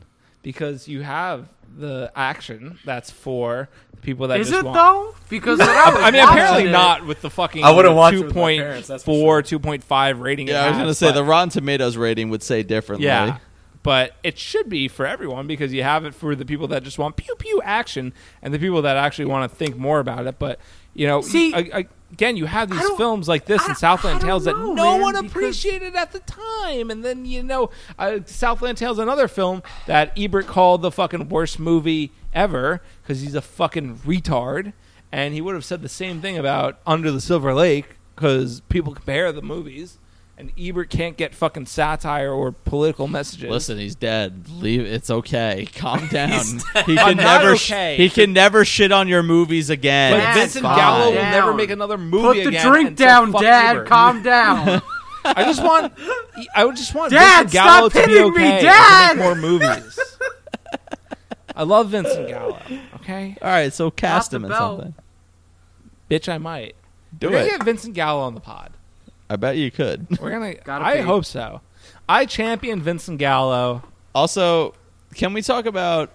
Speaker 1: because you have the action that's for the people that
Speaker 3: Is
Speaker 1: just
Speaker 3: it
Speaker 1: want-
Speaker 3: though? Because when I, was
Speaker 1: I mean,
Speaker 3: watching
Speaker 1: apparently
Speaker 3: it-
Speaker 1: not with the fucking
Speaker 2: I wouldn't watch it
Speaker 1: two
Speaker 2: with my
Speaker 1: point
Speaker 2: parents, that's for
Speaker 1: four, two point five rating.
Speaker 4: Yeah, I
Speaker 1: it
Speaker 4: was
Speaker 1: has,
Speaker 4: gonna say
Speaker 1: but-
Speaker 4: the Rotten Tomatoes rating would say differently.
Speaker 1: yeah, but it should be for everyone because you have it for the people that just want pew pew action and the people that actually want to think more about it. But you know,
Speaker 3: See-
Speaker 1: a- a- again, you have these
Speaker 3: don't-
Speaker 1: films like this
Speaker 3: I
Speaker 1: and
Speaker 3: don't- I
Speaker 1: Southland
Speaker 3: don't
Speaker 1: Tales that
Speaker 3: know,
Speaker 1: no
Speaker 3: man,
Speaker 1: one
Speaker 3: because-
Speaker 1: appreciated at the time, and then you know, uh, Southland Tales, another film that Ebert called the fucking worst movie ever because he's a fucking retard, and he would have said the same thing about Under the Silver Lake because people compare the movies. And Ebert can't get fucking satire or political messages.
Speaker 4: Listen, he's dead. Leave. It's okay. Calm down. he
Speaker 1: I'm
Speaker 4: can
Speaker 1: not
Speaker 4: never. sh-
Speaker 1: okay.
Speaker 4: he can never shit on your movies again.
Speaker 1: But
Speaker 3: Dad,
Speaker 1: Vincent
Speaker 3: calm
Speaker 1: Gallo will
Speaker 3: down.
Speaker 1: never make another movie
Speaker 3: Put the
Speaker 1: again
Speaker 3: drink
Speaker 1: until
Speaker 3: down,
Speaker 1: fuck
Speaker 3: Dad.
Speaker 1: Ebert.
Speaker 3: Calm down.
Speaker 1: I just want. I would just want
Speaker 3: Dad,
Speaker 1: Vincent Gallo
Speaker 3: stop
Speaker 1: to be
Speaker 3: hitting me,
Speaker 1: okay and to
Speaker 3: Dad!
Speaker 1: make more movies. I love Vincent Gallo. Okay,
Speaker 4: All right, so cast
Speaker 3: the
Speaker 4: him in
Speaker 3: bell.
Speaker 4: something.
Speaker 1: bitch, I might.
Speaker 4: Do
Speaker 1: We're gonna
Speaker 4: it.
Speaker 1: get Vincent Gallo on the pod.
Speaker 4: I bet you could.
Speaker 1: We're gonna.
Speaker 3: Gotta
Speaker 1: I
Speaker 3: pay.
Speaker 1: hope so. I champion Vincent Gallo.
Speaker 4: Also, can we talk about?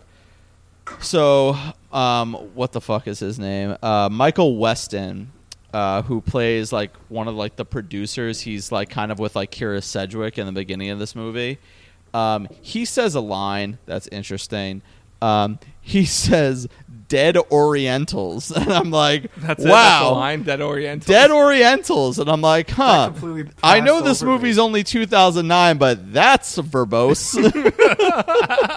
Speaker 4: So, um, what the fuck is his name? Uh, Michael Weston, uh, who plays like one of like the producers. He's like kind of with like Kira Sedgwick in the beginning of this movie. Um, he says a line that's interesting. Um, he says "dead Orientals," and I'm like,
Speaker 1: That's it. That's the
Speaker 4: "Wow,
Speaker 1: line. Dead Oriental.
Speaker 4: dead Orientals," and I'm like, "Huh."
Speaker 5: completely
Speaker 4: I know
Speaker 5: passed
Speaker 4: this
Speaker 5: over me.
Speaker 4: movie's only 2009, but that's verbose.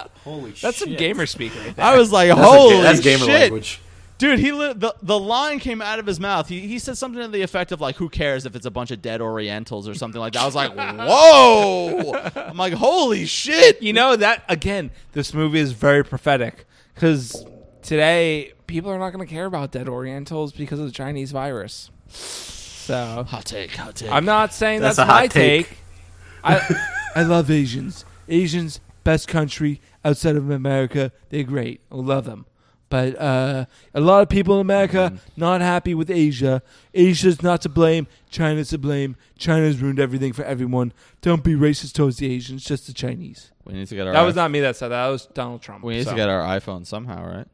Speaker 2: Holy
Speaker 1: That's some gamer speak right there.
Speaker 4: I was like,
Speaker 2: That's,
Speaker 4: "Holy
Speaker 2: a, ga- that's gamer
Speaker 4: shit,
Speaker 2: language.
Speaker 4: dude!" He li- the the line came out of his mouth. He he said something to the effect of like, "Who cares if it's a bunch of dead Orientals or something like that." I was like, "Whoa, I'm like, holy shit!
Speaker 1: you know that again this movie is very prophetic because today people are not going to care about dead orientals because of the chinese virus so
Speaker 4: Hot take, hot take.
Speaker 1: i'm not saying that's,
Speaker 2: That's a hot
Speaker 1: my
Speaker 2: take.
Speaker 1: take, I, I love asians asians best country outside of america they're great i love them but uh, a lot of people in America
Speaker 4: Mm-hmm.
Speaker 1: not happy with Asia. Asia's not to blame. China's to blame. China's ruined everything for everyone. Don't be racist towards the Asians, just the Chinese.
Speaker 4: we need to get our.
Speaker 1: That was not me that said that. That was Donald Trump.
Speaker 4: We need
Speaker 1: so.
Speaker 4: to get our iPhone somehow, right?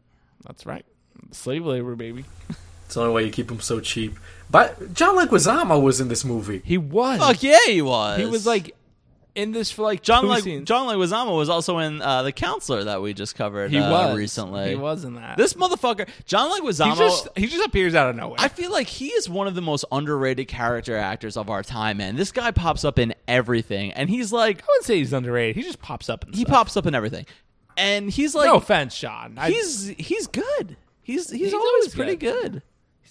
Speaker 1: That's right. Slave labor, baby.
Speaker 2: It's the only way you keep them so cheap. But John Leguizamo was in this movie.
Speaker 1: He was.
Speaker 4: Fuck yeah, he was.
Speaker 1: He was like in this for like
Speaker 4: John.
Speaker 1: two
Speaker 4: Like
Speaker 1: scenes.
Speaker 4: John Leguizamo was also in uh, the counselor that we just covered.
Speaker 1: he
Speaker 4: uh,
Speaker 1: was
Speaker 4: recently.
Speaker 1: He was in that.
Speaker 4: This motherfucker, John Leguizamo.
Speaker 1: he just he just appears out of nowhere.
Speaker 4: I feel like he is one of the most underrated character actors of our time, man. This guy pops up in everything, and he's like,
Speaker 1: wouldn't say he's underrated. He just pops up. And
Speaker 4: he
Speaker 1: stuff.
Speaker 4: pops up in everything, and he's like,
Speaker 1: no offense, Sean. I- he's
Speaker 4: he's he's good. He's he's,
Speaker 1: He's
Speaker 4: always,
Speaker 1: always
Speaker 4: pretty
Speaker 1: good.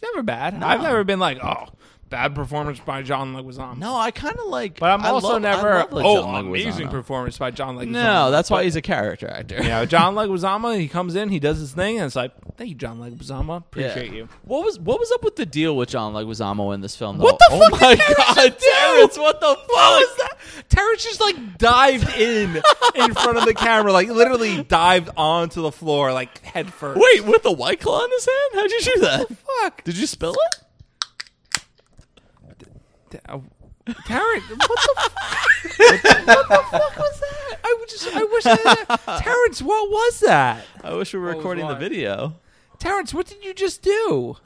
Speaker 4: good.
Speaker 1: never bad. I've never been like, oh, bad performance by John Leguizamo.
Speaker 4: No, I kind of like,
Speaker 1: but I'm
Speaker 4: I
Speaker 1: also
Speaker 4: lo- I
Speaker 1: never.
Speaker 4: love, like,
Speaker 1: Oh,
Speaker 4: John
Speaker 1: amazing
Speaker 4: Leguizamo.
Speaker 1: performance by John Leguizamo.
Speaker 4: No, that's why
Speaker 1: But-
Speaker 4: he's a character actor.
Speaker 1: You know, John Leguizamo. He comes in, he does his thing, and it's like, thank you, John Leguizamo. Appreciate you.
Speaker 4: What was what was up with the deal with John Leguizamo in this film? Though?
Speaker 1: What the
Speaker 4: oh
Speaker 1: fuck
Speaker 4: my
Speaker 1: did Terrence
Speaker 4: god,
Speaker 1: do?
Speaker 4: Terrence! What the fuck was that?
Speaker 1: Terrence just like dived in in front of the camera, like literally dived onto the floor, like head first.
Speaker 4: Wait, with the white claw in his hand? How'd you do that?
Speaker 1: fuck?
Speaker 4: Did you spill it?
Speaker 1: Uh, Terrence, what the, f- what the fuck was that? I would just, I wish I had that. Terrence, what was that?
Speaker 4: I wish we were recording the
Speaker 3: live.
Speaker 4: video.
Speaker 1: Terrence, what did you just do?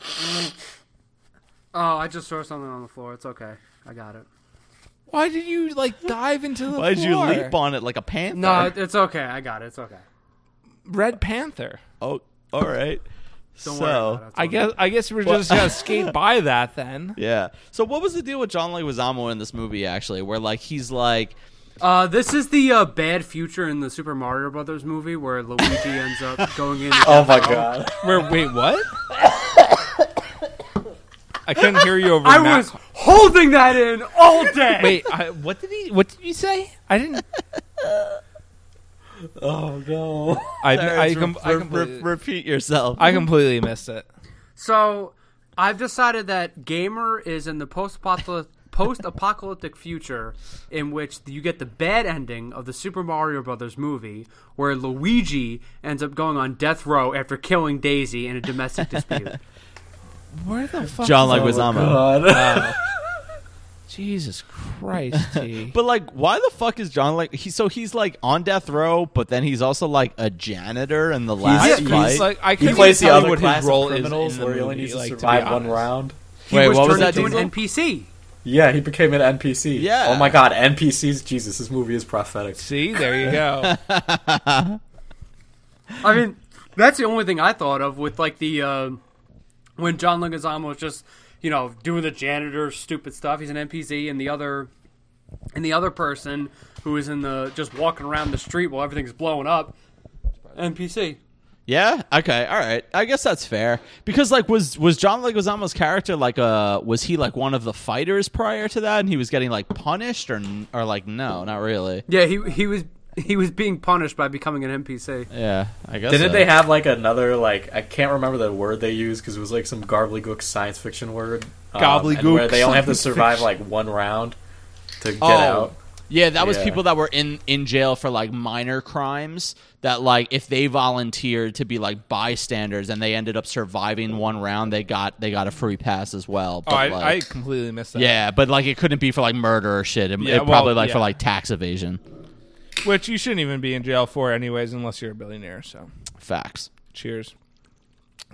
Speaker 3: Oh, I just threw something on the floor. It's okay. I got it.
Speaker 1: Why did you like dive into the
Speaker 4: Why did you
Speaker 1: floor?
Speaker 4: leap on it like a panther?
Speaker 1: Uh,
Speaker 3: No, it- Uh, it's okay. I got it. It's okay.
Speaker 1: Red Panther.
Speaker 4: Oh, all right.
Speaker 3: Don't
Speaker 4: so,
Speaker 3: worry about it. It's
Speaker 1: I
Speaker 3: okay.
Speaker 1: guess I guess we we're just gonna skate by that then.
Speaker 4: Yeah. So what was the deal with John Leguizamo in this movie actually? Where like he's like
Speaker 3: Uh, this is the uh, bad future in the Super Mario Brothers movie where Luigi ends up going in.
Speaker 2: Oh my god.
Speaker 1: Where? Wait, what? I couldn't hear you over.
Speaker 3: I
Speaker 1: Matt.
Speaker 3: was holding that in all day.
Speaker 1: Wait, I, what did he? What did you say? I didn't.
Speaker 2: Oh no.
Speaker 1: I I,
Speaker 4: Terrence,
Speaker 1: com-
Speaker 4: re-
Speaker 1: I
Speaker 4: re-
Speaker 1: completely,
Speaker 4: re- repeat yourself.
Speaker 1: I completely missed it.
Speaker 3: So I've decided that gamer is in the post-apocalyptic post-apocalyptic future in which you get the bad ending of the Super Mario Brothers movie where Luigi ends up going on death row after killing Daisy in a domestic dispute.
Speaker 1: Where the fuck?
Speaker 4: John
Speaker 1: is-
Speaker 4: Leguizamo.
Speaker 2: God.
Speaker 1: Jesus Christ! T.
Speaker 4: But like, why the fuck is John like? He so he's like on death row, but then he's also like a janitor in the last
Speaker 1: I,
Speaker 2: he's-
Speaker 4: fight.
Speaker 1: he's like, I
Speaker 2: He
Speaker 1: couldn't
Speaker 2: plays the
Speaker 1: tell
Speaker 2: other
Speaker 1: what
Speaker 2: class
Speaker 1: his role
Speaker 2: of
Speaker 1: is in the
Speaker 2: criminals where he only
Speaker 1: movie,
Speaker 2: needs to
Speaker 1: like, be
Speaker 2: survive one
Speaker 1: honest.
Speaker 2: round.
Speaker 3: He
Speaker 4: Wait,
Speaker 3: was
Speaker 4: what was
Speaker 3: turned
Speaker 4: that,
Speaker 3: into
Speaker 4: Diesel?
Speaker 3: an NPC.
Speaker 2: Yeah, he became an NPC.
Speaker 4: Yeah.
Speaker 2: Oh my god, NPCs. Jesus, this movie is prophetic.
Speaker 1: See, there you go.
Speaker 3: I mean, that's the only thing I thought of with like the uh, when John Leguizamo was just you know doing the janitor stupid stuff. He's an NPC, and the other and the other person who is in the just walking around the street while everything's blowing up. NPC.
Speaker 4: yeah. Okay. All right. I guess that's fair because like, was was John Leguizamo's character like uh was he like one of the fighters prior to that, and he was getting like punished or n- or like no, not really.
Speaker 3: Yeah, he he was he was being punished by becoming an NPC.
Speaker 4: Yeah. I guess.
Speaker 2: Didn't
Speaker 4: so.
Speaker 2: they have like another like I can't remember the word they used because it was like some gobbledygook science fiction word. um, and
Speaker 1: Gobbledygook
Speaker 2: where they only have to
Speaker 1: science
Speaker 2: survive
Speaker 1: fiction.
Speaker 2: like one round to get
Speaker 4: Oh.
Speaker 2: out.
Speaker 4: Yeah, that was
Speaker 2: Yeah.
Speaker 4: people that were in in jail for like minor crimes that like if they volunteered to be like bystanders and they ended up surviving one round, they got they got a free pass as well. But
Speaker 1: Oh, I,
Speaker 4: like,
Speaker 1: I completely missed that.
Speaker 4: yeah, but like it couldn't be for like murder or shit. It,
Speaker 1: Yeah,
Speaker 4: it
Speaker 1: well,
Speaker 4: probably like for
Speaker 1: yeah.
Speaker 4: like tax evasion.
Speaker 1: which you shouldn't even be in jail for, anyways, unless you're a billionaire. So.
Speaker 4: Facts.
Speaker 1: Cheers.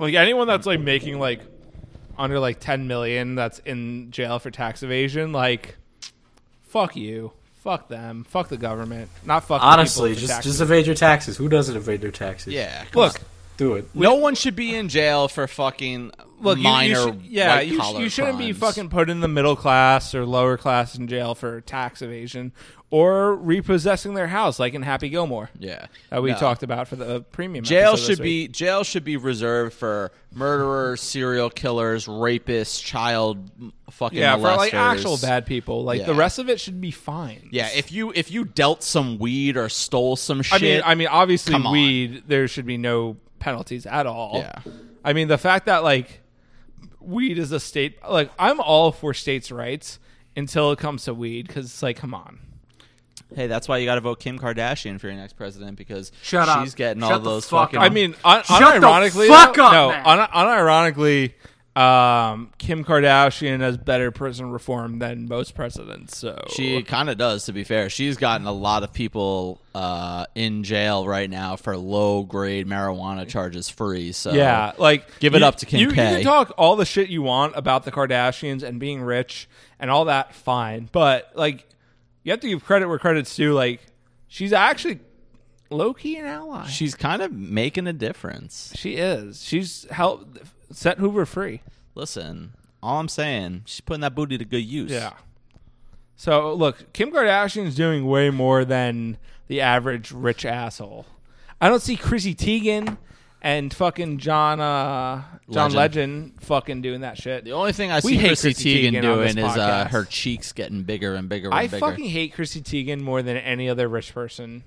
Speaker 1: Like anyone that's like making like under like 10 million that's in jail for tax evasion, like fuck you. Fuck them. Fuck the government. Not fuck the people
Speaker 2: Honestly,
Speaker 1: for
Speaker 2: just
Speaker 1: tax
Speaker 2: just
Speaker 1: evasion.
Speaker 2: evade your taxes. Who doesn't evade their taxes?
Speaker 4: Yeah. come
Speaker 1: Look,
Speaker 4: on.
Speaker 2: do it.
Speaker 4: no one should be in jail for fucking
Speaker 1: look, you- you
Speaker 4: minor.
Speaker 1: should- yeah, you, sh-
Speaker 4: white-collar
Speaker 1: you shouldn't be
Speaker 4: crimes.
Speaker 1: fucking put in the middle class or lower class in jail for tax evasion or repossessing their house like in Happy Gilmore
Speaker 4: Yeah,
Speaker 1: that we
Speaker 4: No.
Speaker 1: talked about for the uh, premium.
Speaker 4: Jail
Speaker 1: episode this
Speaker 4: should
Speaker 1: week.
Speaker 4: be jail should be reserved for murderers, serial killers, rapists, child m- fucking
Speaker 1: yeah for like
Speaker 4: molesters.
Speaker 1: actual bad people. Like the
Speaker 4: Yeah.
Speaker 1: rest of it should be fine.
Speaker 4: Yeah, if you if you dealt some weed or stole some
Speaker 1: I
Speaker 4: shit,
Speaker 1: mean, I mean, obviously,
Speaker 4: Come on.
Speaker 1: weed. There should be no penalties at all.
Speaker 4: Yeah.
Speaker 1: I mean, the fact that like weed is a state, like I'm all for states' rights until it comes to weed, because it's like, come on.
Speaker 4: hey, that's why you got to vote Kim Kardashian for your next president because
Speaker 3: Shut up.
Speaker 4: she's getting
Speaker 3: Shut
Speaker 4: all
Speaker 3: the
Speaker 4: those
Speaker 3: fuck
Speaker 4: fucking.
Speaker 3: up.
Speaker 1: I mean, un-
Speaker 3: Shut the
Speaker 1: unironically,
Speaker 3: fuck
Speaker 1: though-
Speaker 3: up,
Speaker 1: no,
Speaker 3: Matt.
Speaker 1: un- unironically, um, Kim Kardashian has better prison reform than most presidents. So
Speaker 4: She kind of does, to be fair. She's gotten a lot of people uh, in jail right now for low grade marijuana charges free. So
Speaker 1: Yeah, like
Speaker 4: Give it
Speaker 1: you-
Speaker 4: up to Kim
Speaker 1: you, you
Speaker 4: K.
Speaker 1: can talk all the shit you want about the Kardashians and being rich and all that, fine. But like, you have to give credit where credit's due. Like, she's actually low key an ally. She,
Speaker 4: she's kind of making a difference.
Speaker 1: is. She's helped set Hoover free.
Speaker 4: Listen, all I'm saying, she's putting that booty to good use.
Speaker 1: So look, Kim Kardashian's doing way more than the average rich asshole. I don't see Chrissy Teigen and fucking John uh, John
Speaker 4: Legend.
Speaker 1: Legend fucking doing that shit.
Speaker 4: The only thing I
Speaker 1: We
Speaker 4: see
Speaker 1: hate
Speaker 4: Chrissy
Speaker 1: Chrissy
Speaker 4: Teigen,
Speaker 1: Teigen on
Speaker 4: doing is
Speaker 1: this
Speaker 4: uh,
Speaker 1: podcast.
Speaker 4: her cheeks getting bigger and bigger and
Speaker 1: I
Speaker 4: bigger.
Speaker 1: fucking hate Chrissy Teigen more than any other rich person.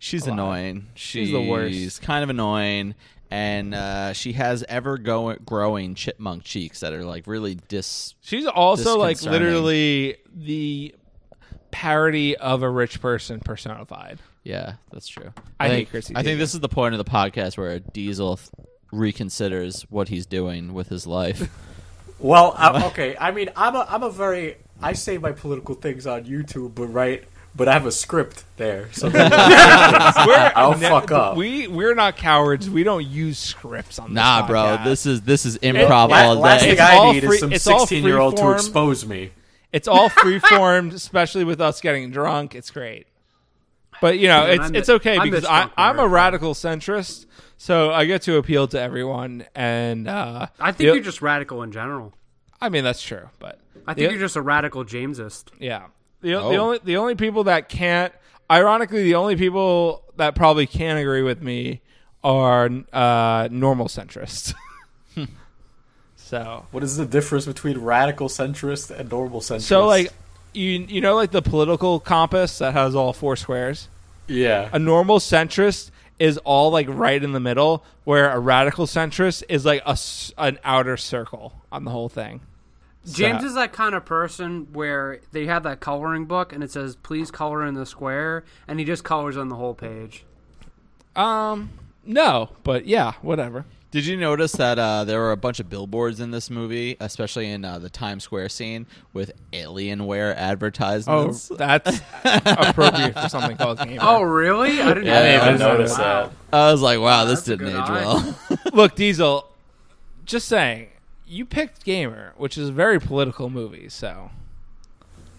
Speaker 4: She's
Speaker 1: lot.
Speaker 4: annoying. She's,
Speaker 1: the worst.
Speaker 4: kind of annoying, and uh, she has ever go- growing chipmunk cheeks that are like really dis.
Speaker 1: She's also like
Speaker 4: Disconcerting.
Speaker 1: literally the parody of a rich person personified.
Speaker 4: Yeah, that's true.
Speaker 1: I hate Chrissy
Speaker 4: I think
Speaker 1: Teigen.
Speaker 4: this is the point of the podcast where Diesel th- reconsiders what he's doing with his life.
Speaker 2: Well, I, okay. I mean, I'm a I'm a very I say my political things on YouTube, but right, but I have a script there. So
Speaker 1: We're,
Speaker 2: I'll
Speaker 1: ne-
Speaker 2: fuck up.
Speaker 1: We we're not cowards. We don't use scripts on this
Speaker 4: nah, bro,
Speaker 1: podcast.
Speaker 4: this is this is improv
Speaker 1: la-
Speaker 4: all day.
Speaker 2: last thing
Speaker 1: It's
Speaker 2: I
Speaker 1: all
Speaker 2: need
Speaker 1: free-
Speaker 2: is some
Speaker 1: it's all
Speaker 2: 16 year old to
Speaker 1: freeform.
Speaker 2: expose me.
Speaker 1: it's all free formed, especially with us getting drunk. It's great. But you know,
Speaker 3: Man,
Speaker 1: it's
Speaker 3: I'm
Speaker 1: it's
Speaker 3: the-
Speaker 1: okay
Speaker 3: I'm the
Speaker 1: because I,
Speaker 3: drunk
Speaker 1: I'm a
Speaker 3: American.
Speaker 1: radical centrist, so I get to appeal to everyone. And uh,
Speaker 3: I think
Speaker 1: the-
Speaker 3: you're just radical in general.
Speaker 1: I mean, that's true, but
Speaker 3: I think
Speaker 1: the-
Speaker 3: you're just a radical Jamesist.
Speaker 1: Yeah. The,
Speaker 4: Oh.
Speaker 1: the only the only people that can't ironically the only people that probably can't agree with me are uh, normal centrists. so
Speaker 2: What is the difference between radical centrist and normal centrist?
Speaker 1: so like you you know like the political compass that has all four squares.
Speaker 2: yeah,
Speaker 1: A normal centrist is all like right in the middle, where a radical centrist is like a s- an outer circle on the whole thing.
Speaker 3: James
Speaker 1: So-
Speaker 3: is that kind of person where they have that coloring book and it says, please color in the square, and he just colors on the whole page.
Speaker 1: Um, no, but yeah, whatever.
Speaker 4: Did you notice that uh, there were a bunch of billboards in this movie, especially in uh, the Times Square scene with Alienware
Speaker 1: Oh,
Speaker 4: advertisements?
Speaker 1: that's appropriate for something called gamer.
Speaker 3: Oh, really? I didn't,
Speaker 4: Yeah, I didn't even
Speaker 2: notice
Speaker 3: Wow.
Speaker 2: that.
Speaker 4: I was like, wow, this
Speaker 3: That's a
Speaker 4: didn't age
Speaker 3: good eye.
Speaker 4: well.
Speaker 1: Look, Diesel, just saying, you picked Gamer, which is a very political movie, so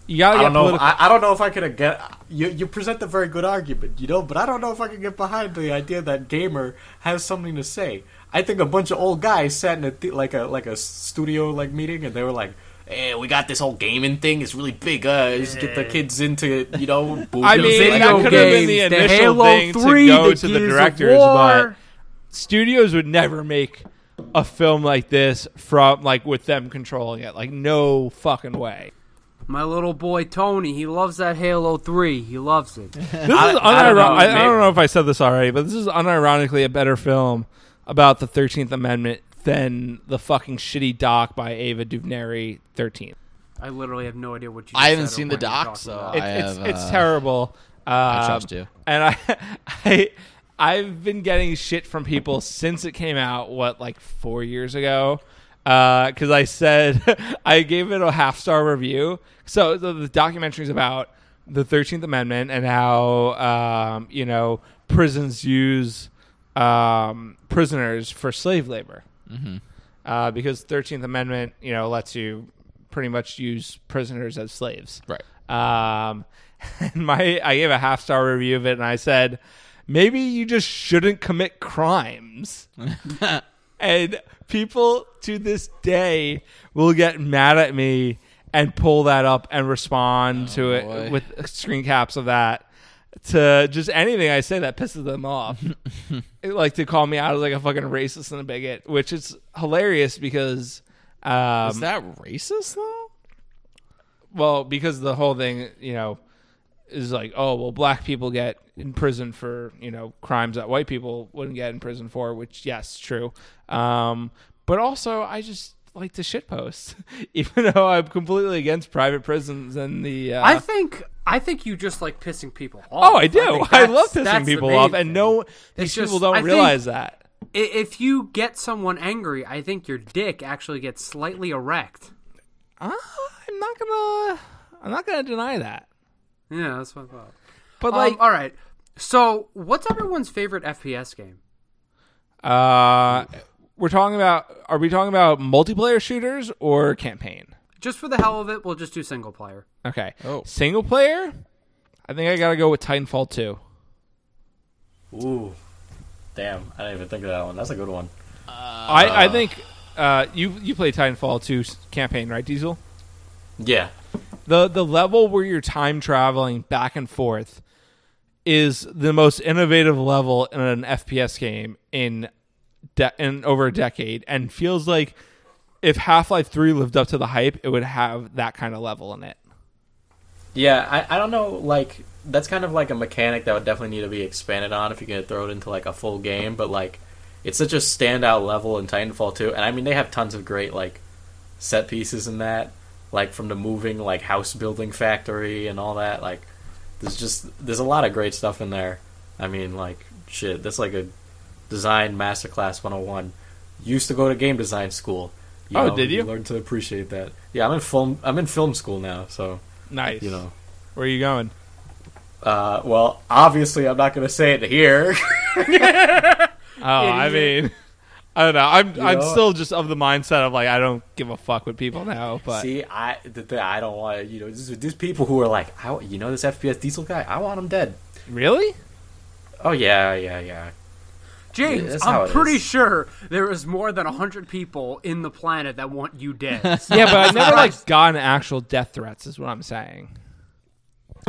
Speaker 1: you gotta
Speaker 2: I
Speaker 1: get
Speaker 2: don't know. If,
Speaker 1: political.
Speaker 2: I, I don't know if I can get you. You present a very good argument, you know, but I don't know if I can get behind the idea that gamer has something to say. I think a bunch of old guys sat in a th- like a like a studio like meeting, and they were like. Hey, we got this whole gaming thing. It's really big. Uh, just get the kids into you know.
Speaker 1: I
Speaker 2: movies."
Speaker 1: mean,
Speaker 2: Like,
Speaker 1: that
Speaker 3: Video
Speaker 1: could have been the
Speaker 3: games, the
Speaker 1: initial
Speaker 3: Halo
Speaker 1: thing
Speaker 3: 3,
Speaker 1: to go
Speaker 3: the
Speaker 1: to the
Speaker 3: Gears of
Speaker 1: directors, but
Speaker 3: War.
Speaker 1: studios would never make a film like this from like with them controlling it. Like, no fucking way.
Speaker 3: My little boy Tony, he loves that Halo 3. He loves it.
Speaker 1: This is unironic.
Speaker 2: I don't know,
Speaker 1: I, I
Speaker 2: maybe-
Speaker 1: don't know if I said this already, but this is unironically a better film about the Thirteenth Amendment than the fucking shitty doc by Ava DuVernay Thirteenth.
Speaker 3: I literally have no idea what you
Speaker 4: I haven't
Speaker 3: said or
Speaker 4: seen the
Speaker 3: what you're
Speaker 4: doc,
Speaker 3: talking
Speaker 4: so
Speaker 3: about.
Speaker 4: I-
Speaker 1: It, it's
Speaker 4: have,
Speaker 1: it's
Speaker 4: uh,
Speaker 1: terrible. Um, I
Speaker 4: trust you.
Speaker 1: And I, I, I've been getting shit from people since it came out. What like four years ago? Because I said I gave it a half star review. So the, the documentary is about the Thirteenth Amendment and how um, you know prisons use um, prisoners for slave labor uh, because Thirteenth Amendment, you know, lets you pretty much use prisoners as slaves.
Speaker 4: Right.
Speaker 1: Um, and my I gave a half star review of it, and I said, maybe you just shouldn't commit crimes. and people to this day will get mad at me and pull that up and respond to it
Speaker 4: boy.
Speaker 1: with screen caps of that to just anything I say that pisses them off. It, like to call me out as like a fucking racist and a bigot, which is hilarious because um,
Speaker 4: Is that racist though?
Speaker 1: well, because the whole thing, you know, is like, oh, well, black people get in prison for, you know, crimes that white people wouldn't get in prison for, which, yes, true. Um, but also, I just like to shitpost, even though I'm completely against private prisons and the. Uh,
Speaker 3: I think I think you just like pissing people off.
Speaker 1: oh, I do.
Speaker 3: think
Speaker 1: I,
Speaker 3: that's-
Speaker 1: love
Speaker 3: that's
Speaker 1: pissing
Speaker 3: the
Speaker 1: people
Speaker 3: main
Speaker 1: off, and
Speaker 3: thing.
Speaker 1: no, these
Speaker 3: just-
Speaker 1: people don't
Speaker 3: I think-
Speaker 1: realize that.
Speaker 3: I- if you get someone angry, I think your dick actually gets slightly erect.
Speaker 1: Uh, I'm not gonna. I'm not gonna deny that.
Speaker 3: Yeah, that's what I thought.
Speaker 1: But
Speaker 3: Um,
Speaker 1: like,
Speaker 3: all right. So, what's everyone's favorite FPS game?
Speaker 1: uh, we're talking about. Are we talking about multiplayer shooters or campaign?
Speaker 3: Just for the hell of it, we'll just do single player.
Speaker 1: Okay.
Speaker 4: Oh.
Speaker 1: Single player? I think I gotta go with Titanfall two.
Speaker 2: Ooh, damn! I didn't even think of that one. That's a good one.
Speaker 1: I, I think uh, you you play Titanfall two s- campaign right, Diesel?
Speaker 2: Yeah,
Speaker 1: The the level where you're time traveling back and forth is the most innovative level in an FPS game in de- in over a decade, and feels like if Half Life three lived up to the hype, it would have that kind of level in it.
Speaker 2: yeah. I, I don't know. Like that's kind of like a mechanic that would definitely need to be expanded on if you could throw it into like a full game. But like, it's such a standout level in Titanfall 2, and I mean they have tons of great like set pieces in that, like from the moving like house building factory and all that. Like, there's just there's a lot of great stuff in there. I mean, like shit. That's like a design masterclass 101. Used to go to game design school.
Speaker 1: Oh, did you?
Speaker 2: Learn to appreciate that. Yeah, I'm in film. I'm in film school now, so
Speaker 1: Nice.
Speaker 2: you know.
Speaker 1: Where are you going?
Speaker 2: Uh, well, obviously, I'm not going to say it here.
Speaker 1: Oh, I mean, I don't know. I'm I'm
Speaker 2: know-
Speaker 1: still just of the mindset of like I don't give a fuck what people know, but
Speaker 2: See, I the thing, I don't want you know these, these people who are like, I, you know, this FPS Diesel guy, I want him dead.
Speaker 1: really,
Speaker 2: Oh yeah, yeah, yeah. Yeah,
Speaker 3: James,
Speaker 2: that's how
Speaker 3: I'm
Speaker 2: it
Speaker 3: pretty
Speaker 2: is.
Speaker 3: sure there is more than 100 people in the planet that want you dead.
Speaker 1: yeah, but I never like gotten actual death threats. Is what I'm saying.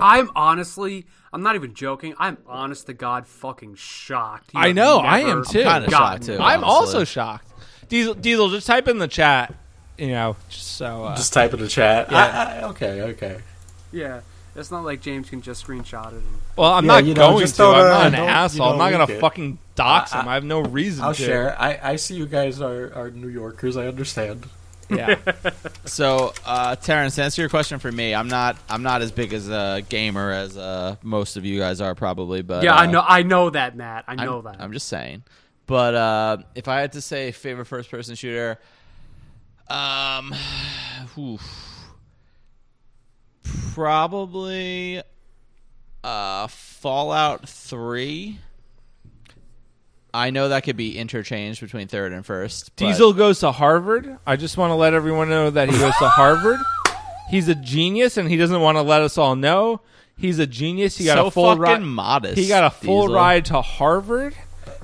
Speaker 3: I'm honestly, I'm not even joking. I'm honest to God fucking shocked. You
Speaker 1: I
Speaker 3: have
Speaker 1: know, I
Speaker 3: never
Speaker 1: am too. I'm
Speaker 4: kinda
Speaker 3: gotten-
Speaker 4: shocked too.
Speaker 1: I'm
Speaker 4: Honestly.
Speaker 1: also shocked. Diesel, Diesel, just type in the chat. You know, just so uh,
Speaker 2: Just type in the chat. I- I- okay, okay.
Speaker 3: Yeah. It's not like James can just screenshot it. And,
Speaker 1: well, I'm
Speaker 2: Yeah,
Speaker 1: not
Speaker 2: you know,
Speaker 1: going
Speaker 2: just
Speaker 1: to.
Speaker 2: don't,
Speaker 1: I'm
Speaker 2: uh,
Speaker 1: not an
Speaker 2: don't, you
Speaker 1: asshole. I'm
Speaker 2: know,
Speaker 1: not gonna
Speaker 2: leak it.
Speaker 1: fucking dox
Speaker 2: I-
Speaker 1: him. I have no reason.
Speaker 2: I'll
Speaker 1: to.
Speaker 2: share. I, I see you guys are, are New Yorkers. I understand.
Speaker 1: Yeah,
Speaker 4: So, uh, Terrence, to answer your question for me, I'm not I'm not as big as a gamer as uh, most of you guys are probably, but
Speaker 3: yeah,
Speaker 4: uh,
Speaker 3: I know. I know that, Matt. I
Speaker 4: I'm,
Speaker 3: know that.
Speaker 4: I'm just saying. But uh, if I had to say favorite first person shooter, um, oof. probably uh, Fallout Three. I know that could be interchanged between third and first. but-
Speaker 1: Diesel goes to Harvard. I just want to let everyone know that he goes to Harvard. He's a genius, and he doesn't want to let us all know. He's a genius. He got
Speaker 4: so
Speaker 1: a full
Speaker 4: fucking
Speaker 1: ride.
Speaker 4: modest.
Speaker 1: He got a full
Speaker 4: Diesel.
Speaker 1: ride to Harvard.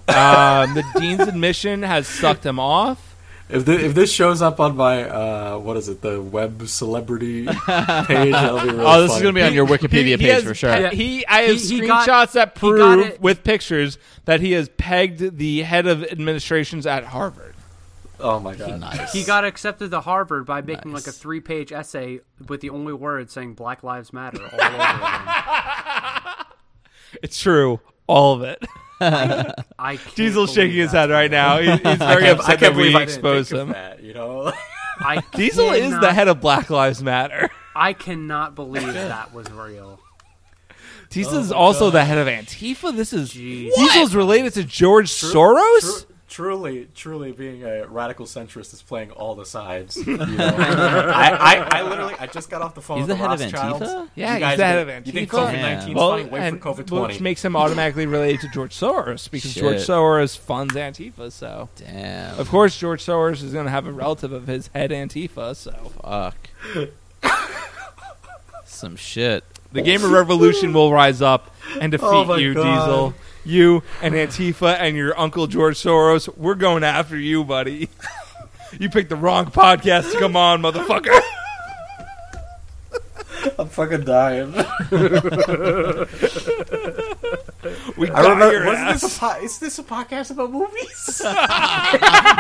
Speaker 1: Um, the dean's admission has sucked him off.
Speaker 2: If thi- if this shows up on my uh, what is it the web celebrity page, that'll be really
Speaker 4: Oh, this is
Speaker 2: funny.
Speaker 4: gonna be on your Wikipedia
Speaker 1: He- he
Speaker 4: page
Speaker 1: has
Speaker 4: for sure.
Speaker 1: pe- He, I have
Speaker 3: He- he
Speaker 1: screenshots
Speaker 3: got-
Speaker 1: that
Speaker 3: he got
Speaker 1: prove
Speaker 3: it.
Speaker 1: with pictures that he has pegged the head of administrations at Harvard.
Speaker 2: Oh my god.
Speaker 4: Nice.
Speaker 3: He got accepted to Harvard by making like
Speaker 4: Nice.
Speaker 3: a three-page essay with the only word saying "Black Lives Matter" all over again.
Speaker 1: It's true, all of it.
Speaker 3: I can't
Speaker 1: Diesel's
Speaker 3: believe
Speaker 1: shaking his
Speaker 3: that.
Speaker 1: head right now. He- he's very
Speaker 2: I
Speaker 1: upset
Speaker 2: can't
Speaker 1: that
Speaker 2: believe
Speaker 1: we
Speaker 2: I didn't
Speaker 1: exposed
Speaker 2: think of
Speaker 1: him.
Speaker 2: that, you know.
Speaker 3: I
Speaker 1: Diesel is the
Speaker 3: cannot-
Speaker 1: head of Black Lives Matter.
Speaker 3: I cannot believe that was real.
Speaker 1: Diesel
Speaker 3: Oh
Speaker 1: is also the head of Antifa. This is
Speaker 3: Jeez.
Speaker 1: Diesel's related to George Soros.
Speaker 2: Tru- truly, truly being a radical centrist is playing all the sides. you know? I, I, I literally, I just got off the phone.
Speaker 4: He's
Speaker 2: with
Speaker 4: the head of
Speaker 2: Rothschilds.
Speaker 4: Antifa?
Speaker 1: Yeah,
Speaker 2: You
Speaker 1: he's
Speaker 2: guys
Speaker 1: the head
Speaker 2: think-
Speaker 1: of
Speaker 2: You think
Speaker 1: Antifa.
Speaker 2: COVID nineteen
Speaker 4: Yeah.
Speaker 1: Well,
Speaker 2: fine? Wait
Speaker 1: and-
Speaker 2: for COVID
Speaker 1: which
Speaker 2: twenty.
Speaker 1: makes him automatically related to George Soros because
Speaker 4: Shit.
Speaker 1: George Soros funds Antifa. So,
Speaker 4: Damn.
Speaker 1: of course, George Soros is going to have a relative of his head Antifa. So,
Speaker 4: Fuck. Some shit.
Speaker 1: the gamer revolution will rise up and defeat
Speaker 2: Oh my
Speaker 1: you,
Speaker 2: God.
Speaker 1: Diesel. You and Antifa and your uncle George Soros. We're going after you, buddy. you picked the wrong podcast to come on, motherfucker.
Speaker 2: I'm fucking dying.
Speaker 1: We
Speaker 2: I
Speaker 1: got
Speaker 2: remember.
Speaker 1: your
Speaker 2: Wasn't this
Speaker 1: ass.
Speaker 2: a po- is this a podcast about movies?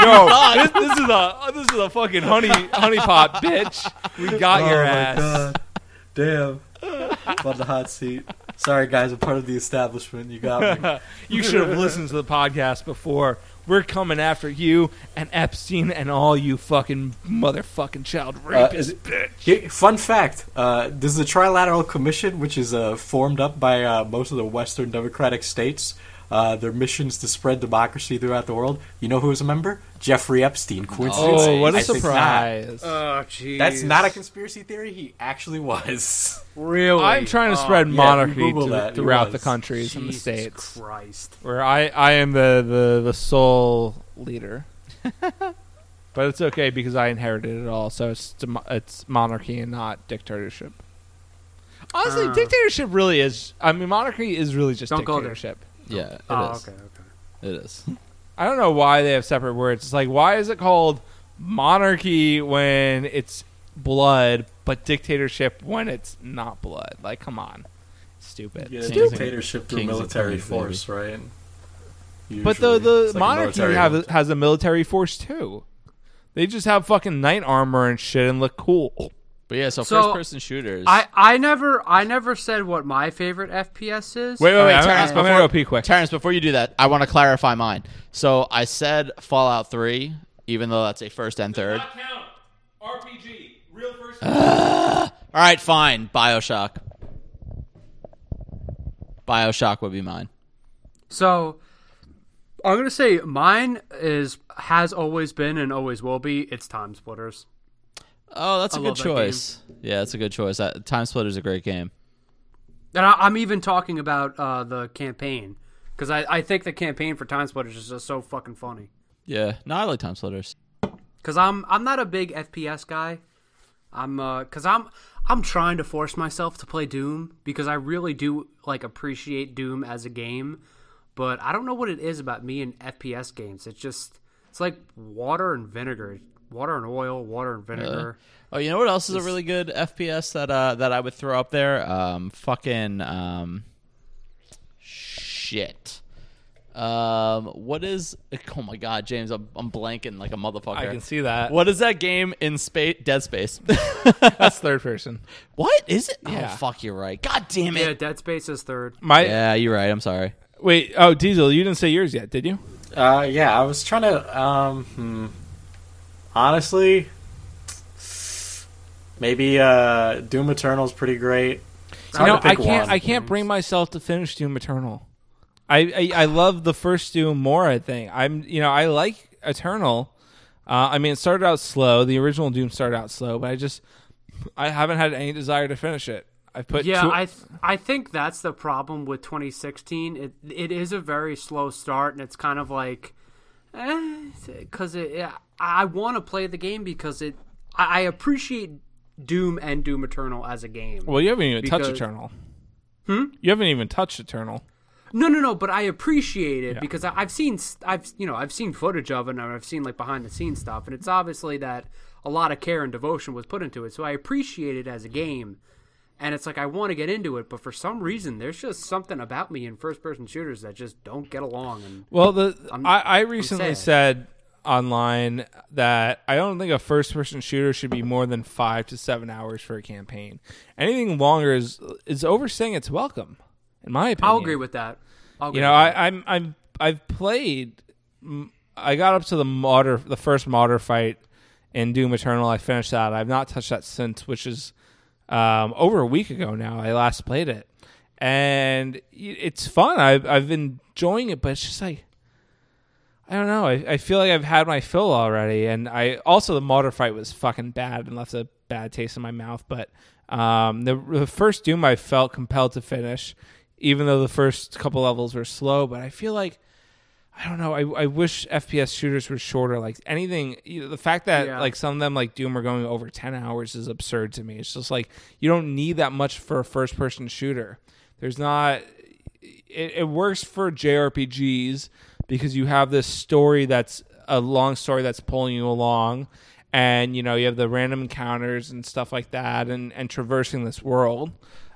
Speaker 1: No, this, this is a oh, this is a fucking honey honey pot, bitch. We got your ass.
Speaker 2: Oh Damn. I'm on the hot seat. Sorry, guys. I'm part of the establishment. You got me.
Speaker 1: You should have listened to the podcast before. We're coming after you and Epstein and all you fucking motherfucking child rapists,
Speaker 2: is it-
Speaker 1: bitch.
Speaker 2: Here- Fun fact: uh, This is a trilateral commission, which is uh, formed up by uh, most of the Western democratic states. Uh, their missions to spread democracy throughout the world. You know who is a member? Jeffrey Epstein. Coincidence?
Speaker 1: Oh, what a
Speaker 2: I think not.
Speaker 1: surprise!
Speaker 3: Oh, jeez.
Speaker 2: That's not a conspiracy theory. He actually was.
Speaker 3: really.
Speaker 1: I'm trying to
Speaker 3: Oh,
Speaker 1: spread monarchy
Speaker 2: Google
Speaker 1: to-
Speaker 2: that. It
Speaker 1: throughout the
Speaker 2: was.
Speaker 1: countries and the
Speaker 3: Jesus
Speaker 1: states,
Speaker 3: Christ.
Speaker 1: where I, I am the, the, the sole leader. but it's okay because I inherited it all, so it's demo- it's monarchy and not dictatorship. Honestly,
Speaker 3: Uh.
Speaker 1: dictatorship really is. I mean, monarchy is really just
Speaker 3: Don't go there.
Speaker 1: dictatorship.
Speaker 4: Yeah, it
Speaker 1: Ah,
Speaker 3: Oh,
Speaker 4: is.
Speaker 3: okay, okay.
Speaker 4: It is.
Speaker 1: I don't know why they have separate words. It's like why is it called monarchy when it's blood, but dictatorship when it's not blood? Like, come on, stupid.
Speaker 4: Stupid.
Speaker 2: dictatorship through
Speaker 4: through Kings and military
Speaker 2: military
Speaker 4: queens, force,
Speaker 2: force, right?
Speaker 1: But the the monarchy have, has a military force too. They just have fucking knight armor and shit and look cool.
Speaker 4: But yeah, so,
Speaker 3: So,
Speaker 4: first person shooters.
Speaker 3: I, I never I never said what my favorite FPS is.
Speaker 1: Wait, wait, wait,
Speaker 4: I'm-
Speaker 1: Terrence,
Speaker 4: I'm
Speaker 1: before-
Speaker 4: gonna go
Speaker 1: pee quick.
Speaker 4: Terrence, before you do that, I want to clarify mine. So I said Fallout Three, even though that's a first and third.
Speaker 1: count. RPG, real first.
Speaker 4: All right, fine. Bioshock. Bioshock would be mine.
Speaker 3: So I'm gonna say mine is has always been and always will be. It's Time Splitters.
Speaker 4: Oh, that's a
Speaker 3: I
Speaker 4: good
Speaker 3: love that
Speaker 4: choice. yeah, that's a good choice. Uh, Time Splitter's a great game.
Speaker 3: And I, I'm even talking about uh, the campaign because I, I think the campaign for Time Splitters is just so fucking funny.
Speaker 4: Yeah, no, I like Time Splitters.
Speaker 3: Because I'm I'm not a big FPS guy. I'm because I'm I'm trying to force myself to play Doom because I really do like appreciate Doom as a game, but I don't know what it is about me and FPS games. It's just it's like water and vinegar, water and oil, water and vinegar.
Speaker 4: Oh, you know what else is a really good FPS that uh, that I would throw up there? Um, fucking um, shit. Um, what is? Oh my god, James, I'm, I'm blanking like a motherfucker.
Speaker 1: I can see that.
Speaker 4: What is that game in space? Dead Space.
Speaker 1: That's third person.
Speaker 4: what is it?
Speaker 1: Yeah.
Speaker 4: Oh fuck, you're right. God damn
Speaker 3: Yeah,
Speaker 4: it.
Speaker 3: Dead Space is third.
Speaker 1: My
Speaker 4: Yeah, you're right. I'm sorry.
Speaker 1: wait. Oh, Diesel, you didn't say yours yet, did you?
Speaker 2: Uh, yeah, I was trying to. Um, hmm. honestly, maybe uh, Doom Eternal's pretty great. It's hard
Speaker 1: No,
Speaker 2: to
Speaker 1: I
Speaker 2: pick
Speaker 1: can't.
Speaker 2: one.
Speaker 1: I can't bring myself to finish Doom Eternal. I, I I love the first Doom more. I think I'm. You know, I like Eternal. Uh, I mean, it started out slow. The original Doom started out slow, but I just I haven't had any desire to finish it. I put
Speaker 3: Yeah,
Speaker 1: two-
Speaker 3: I th- I think that's the problem with 2016. It it is a very slow start, and it's kind of like, because it, yeah, I want to play the game because it I, I appreciate Doom and Doom Eternal as a game.
Speaker 1: well, you haven't even touched
Speaker 3: because-
Speaker 1: Eternal. Hmm. You haven't even touched Eternal.
Speaker 3: No, no, no, but I appreciate it because I, I've seen s- I've you know I've seen footage of it and I've seen like behind the scenes stuff, and it's obviously that a lot of care and devotion was put into it. So I appreciate it as a game, and it's like I want to get into it, but for some reason there's just something about me in first person shooters that just don't get along. And
Speaker 1: Well, the I, I recently
Speaker 3: sad.
Speaker 1: said online that I don't think a first person shooter should be more than five to seven hours for a campaign. Anything longer is is overstaying its welcome, in my opinion.
Speaker 3: I'll agree with that. I'll
Speaker 1: you
Speaker 3: agree
Speaker 1: know
Speaker 3: with that.
Speaker 1: I, I'm I'm I've played. m- I got up to the modder the first modder fight in Doom Eternal. I finished that. I've not touched that since, which is um, over a week ago now. I last played it, and y- it's fun. I've I've been enjoying it, but it's just like. I don't know. I, I feel like I've had my fill already, and I also the Martyr fight was fucking bad and left a bad taste in my mouth. But um, the, the first Doom I felt compelled to finish, even though the first couple levels were slow. But I feel like I don't know. I, I wish FPS shooters were shorter. Like anything, you know, the fact that
Speaker 3: Yeah.
Speaker 1: like some of them like Doom are going over ten hours is absurd to me. It's just like you don't need that much for a first person shooter. There's not it, it works for JRPGs because you have this story that's a long story that's pulling you along, and you know you have the random encounters and stuff like that, and and traversing this world,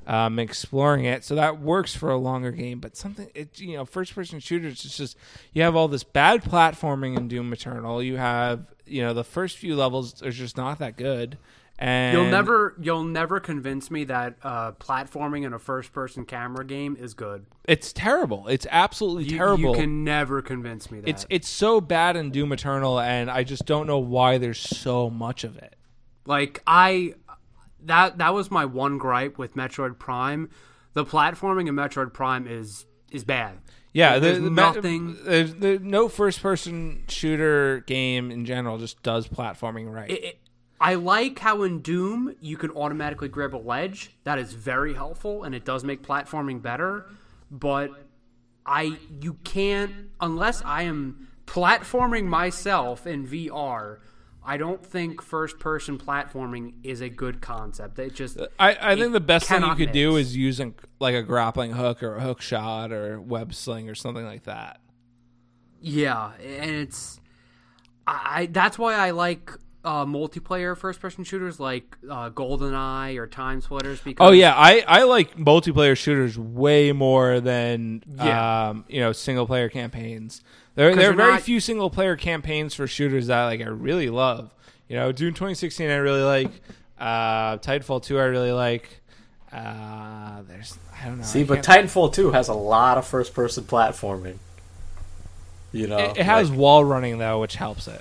Speaker 1: um, exploring it. So that works for a longer game, but something it you know first person shooters it's just you have all this bad platforming in Doom Eternal. You have you know the first few levels are just not that good. And
Speaker 3: You'll never you'll never convince me that uh, platforming in a first person camera game is good.
Speaker 1: It's terrible. It's absolutely
Speaker 3: You,
Speaker 1: terrible.
Speaker 3: You can never convince me that.
Speaker 1: It's it's so bad in Doom Eternal, and I just don't know why there's so much of it.
Speaker 3: Like I that that was my one gripe with Metroid Prime. The platforming in Metroid Prime is is bad.
Speaker 1: Yeah,
Speaker 3: There's
Speaker 1: the- the-
Speaker 3: nothing-
Speaker 1: There's, there's no first-person shooter game in general just does platforming right.
Speaker 3: It, it, I like how in Doom you can automatically grab a ledge. That is very helpful and it does make platforming better, but I you can't unless I am platforming myself in VR. I don't think first person platforming is a good concept. It just
Speaker 1: I, I think the best thing you
Speaker 3: cannot
Speaker 1: could do
Speaker 3: mix.
Speaker 1: is using like a grappling hook or a hook shot or web sling or something like that.
Speaker 3: Yeah, and it's I I- that's why I like uh, multiplayer first person shooters like uh, GoldenEye or Time Splitters because
Speaker 1: Oh yeah, I, I like multiplayer shooters way more than
Speaker 3: Yeah.
Speaker 1: um, you know single player campaigns. There there
Speaker 3: you're
Speaker 1: are very
Speaker 3: not-
Speaker 1: few single player campaigns for shooters that like I really love. You know, Doom 2016 I really like. Uh, Titanfall 2 I really like. Uh, there's I don't know.
Speaker 2: See,
Speaker 1: I
Speaker 2: but
Speaker 1: can't-
Speaker 2: Titanfall 2 has a lot of first person platforming. You know,
Speaker 1: it, it has
Speaker 2: like-
Speaker 1: wall running though, which helps it.